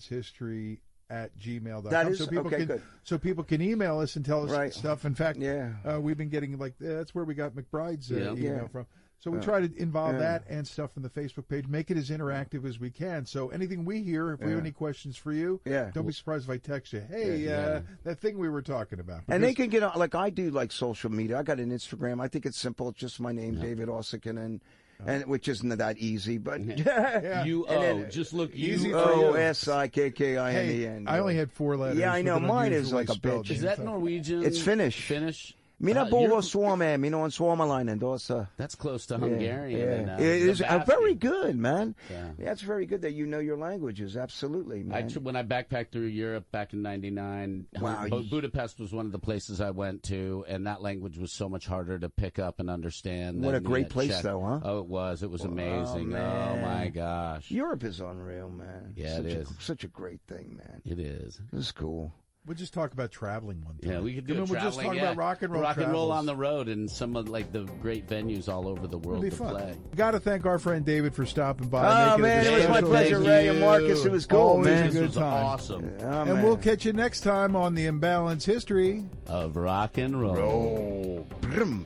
Speaker 2: imbalancehistory at gmail.com.
Speaker 3: That is-
Speaker 2: so people
Speaker 3: okay,
Speaker 2: can
Speaker 3: good.
Speaker 2: so people can email us and tell us
Speaker 3: Right.
Speaker 2: stuff. In fact,
Speaker 3: Yeah.
Speaker 2: uh, we've been getting like that's where we got McBride's uh,
Speaker 1: Yeah.
Speaker 2: email
Speaker 3: Yeah. Uh,
Speaker 2: from. So we try to involve that and stuff from the Facebook page. Make it as interactive as we can. So anything we hear, if we have any questions for you,
Speaker 3: Yeah.
Speaker 2: don't be surprised if I text you. Hey, uh, that thing we were talking about.
Speaker 3: And they
Speaker 2: Because-
Speaker 3: can get on, like I do, like social media. I got an Instagram. I think it's simple. It's just my name, David Ossican, and, and which isn't that easy, but
Speaker 2: uh,
Speaker 3: yeah.
Speaker 1: U O.
Speaker 3: And then-
Speaker 1: oh, Just look
Speaker 2: Easy
Speaker 1: U
Speaker 2: for you.
Speaker 3: O
Speaker 1: O.
Speaker 3: S I K K I N E
Speaker 2: Hey,
Speaker 3: N.
Speaker 2: I only had four letters.
Speaker 3: Yeah, I
Speaker 2: with
Speaker 3: know.
Speaker 2: an
Speaker 3: Mine is
Speaker 2: unusually
Speaker 3: like a
Speaker 2: spelled
Speaker 3: bitch.
Speaker 2: name.
Speaker 1: Is that
Speaker 2: So-
Speaker 1: Norwegian?
Speaker 3: It's Finnish.
Speaker 1: Finnish.
Speaker 3: Mina
Speaker 1: Uh,
Speaker 3: puhuu
Speaker 1: you're-
Speaker 3: suomea, minä olen suomalainen tuossa.
Speaker 1: That's close to Hungarian. and, uh,
Speaker 3: It is uh,
Speaker 1: Lubavkin.
Speaker 3: very good, man.
Speaker 1: Yeah.
Speaker 3: That's very good that you know your languages. Absolutely,
Speaker 1: I,
Speaker 3: man.
Speaker 1: tr- when I backpacked through Europe back in '99,
Speaker 3: Wow, you-
Speaker 1: Budapest was one of the places I went to, and that language was so much harder to pick up and understand.
Speaker 3: What
Speaker 1: than
Speaker 3: a great
Speaker 1: the
Speaker 3: place,
Speaker 1: Czech.
Speaker 3: though, huh?
Speaker 1: Oh, it was. It was amazing. Oh,
Speaker 3: man.
Speaker 1: my gosh,
Speaker 3: Europe is unreal, man.
Speaker 1: Yeah,
Speaker 3: such
Speaker 1: it
Speaker 3: a,
Speaker 1: is.
Speaker 3: Such a great thing, man.
Speaker 1: it is.
Speaker 3: It's cool.
Speaker 2: We'll just talk about traveling one time.
Speaker 1: Yeah, we could do
Speaker 2: I mean,
Speaker 1: a
Speaker 2: we'll just
Speaker 1: traveling,
Speaker 2: talk
Speaker 1: yeah.
Speaker 2: about rock and roll.
Speaker 1: rock and roll
Speaker 2: travels.
Speaker 1: on the road, and some of like the great venues all over the
Speaker 2: It'll
Speaker 1: world
Speaker 2: be
Speaker 1: to
Speaker 2: fun.
Speaker 1: play.
Speaker 2: Got to thank our friend David for stopping by.
Speaker 3: Oh,
Speaker 2: and making
Speaker 3: man,
Speaker 2: it, a
Speaker 3: it was my
Speaker 2: special
Speaker 3: pleasure,
Speaker 2: day.
Speaker 3: Ray and Marcus. It was cool,
Speaker 2: Always
Speaker 3: man.
Speaker 2: A
Speaker 1: This
Speaker 2: good
Speaker 1: was
Speaker 2: time.
Speaker 1: awesome
Speaker 3: Oh,
Speaker 2: And
Speaker 3: man.
Speaker 2: we'll catch you next time on the Imbalance History.
Speaker 1: of rock and roll.
Speaker 3: Oh, brum.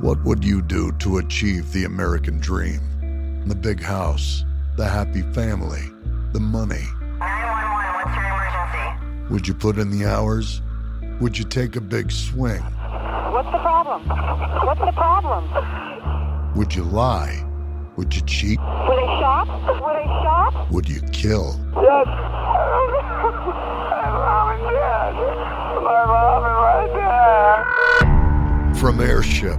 Speaker 5: What would you do to achieve the American dream? The big house, the happy family, the money.
Speaker 4: 911, what's your emergency?
Speaker 5: Would you put in the hours? Would you take a big swing?
Speaker 4: What's the problem? What's the problem?
Speaker 5: Would you lie? Would you cheat?
Speaker 4: Were they shot? Were they shot?
Speaker 5: Would you kill?
Speaker 4: Yes. My mom and dad. My mom and my dad.
Speaker 5: From Airship,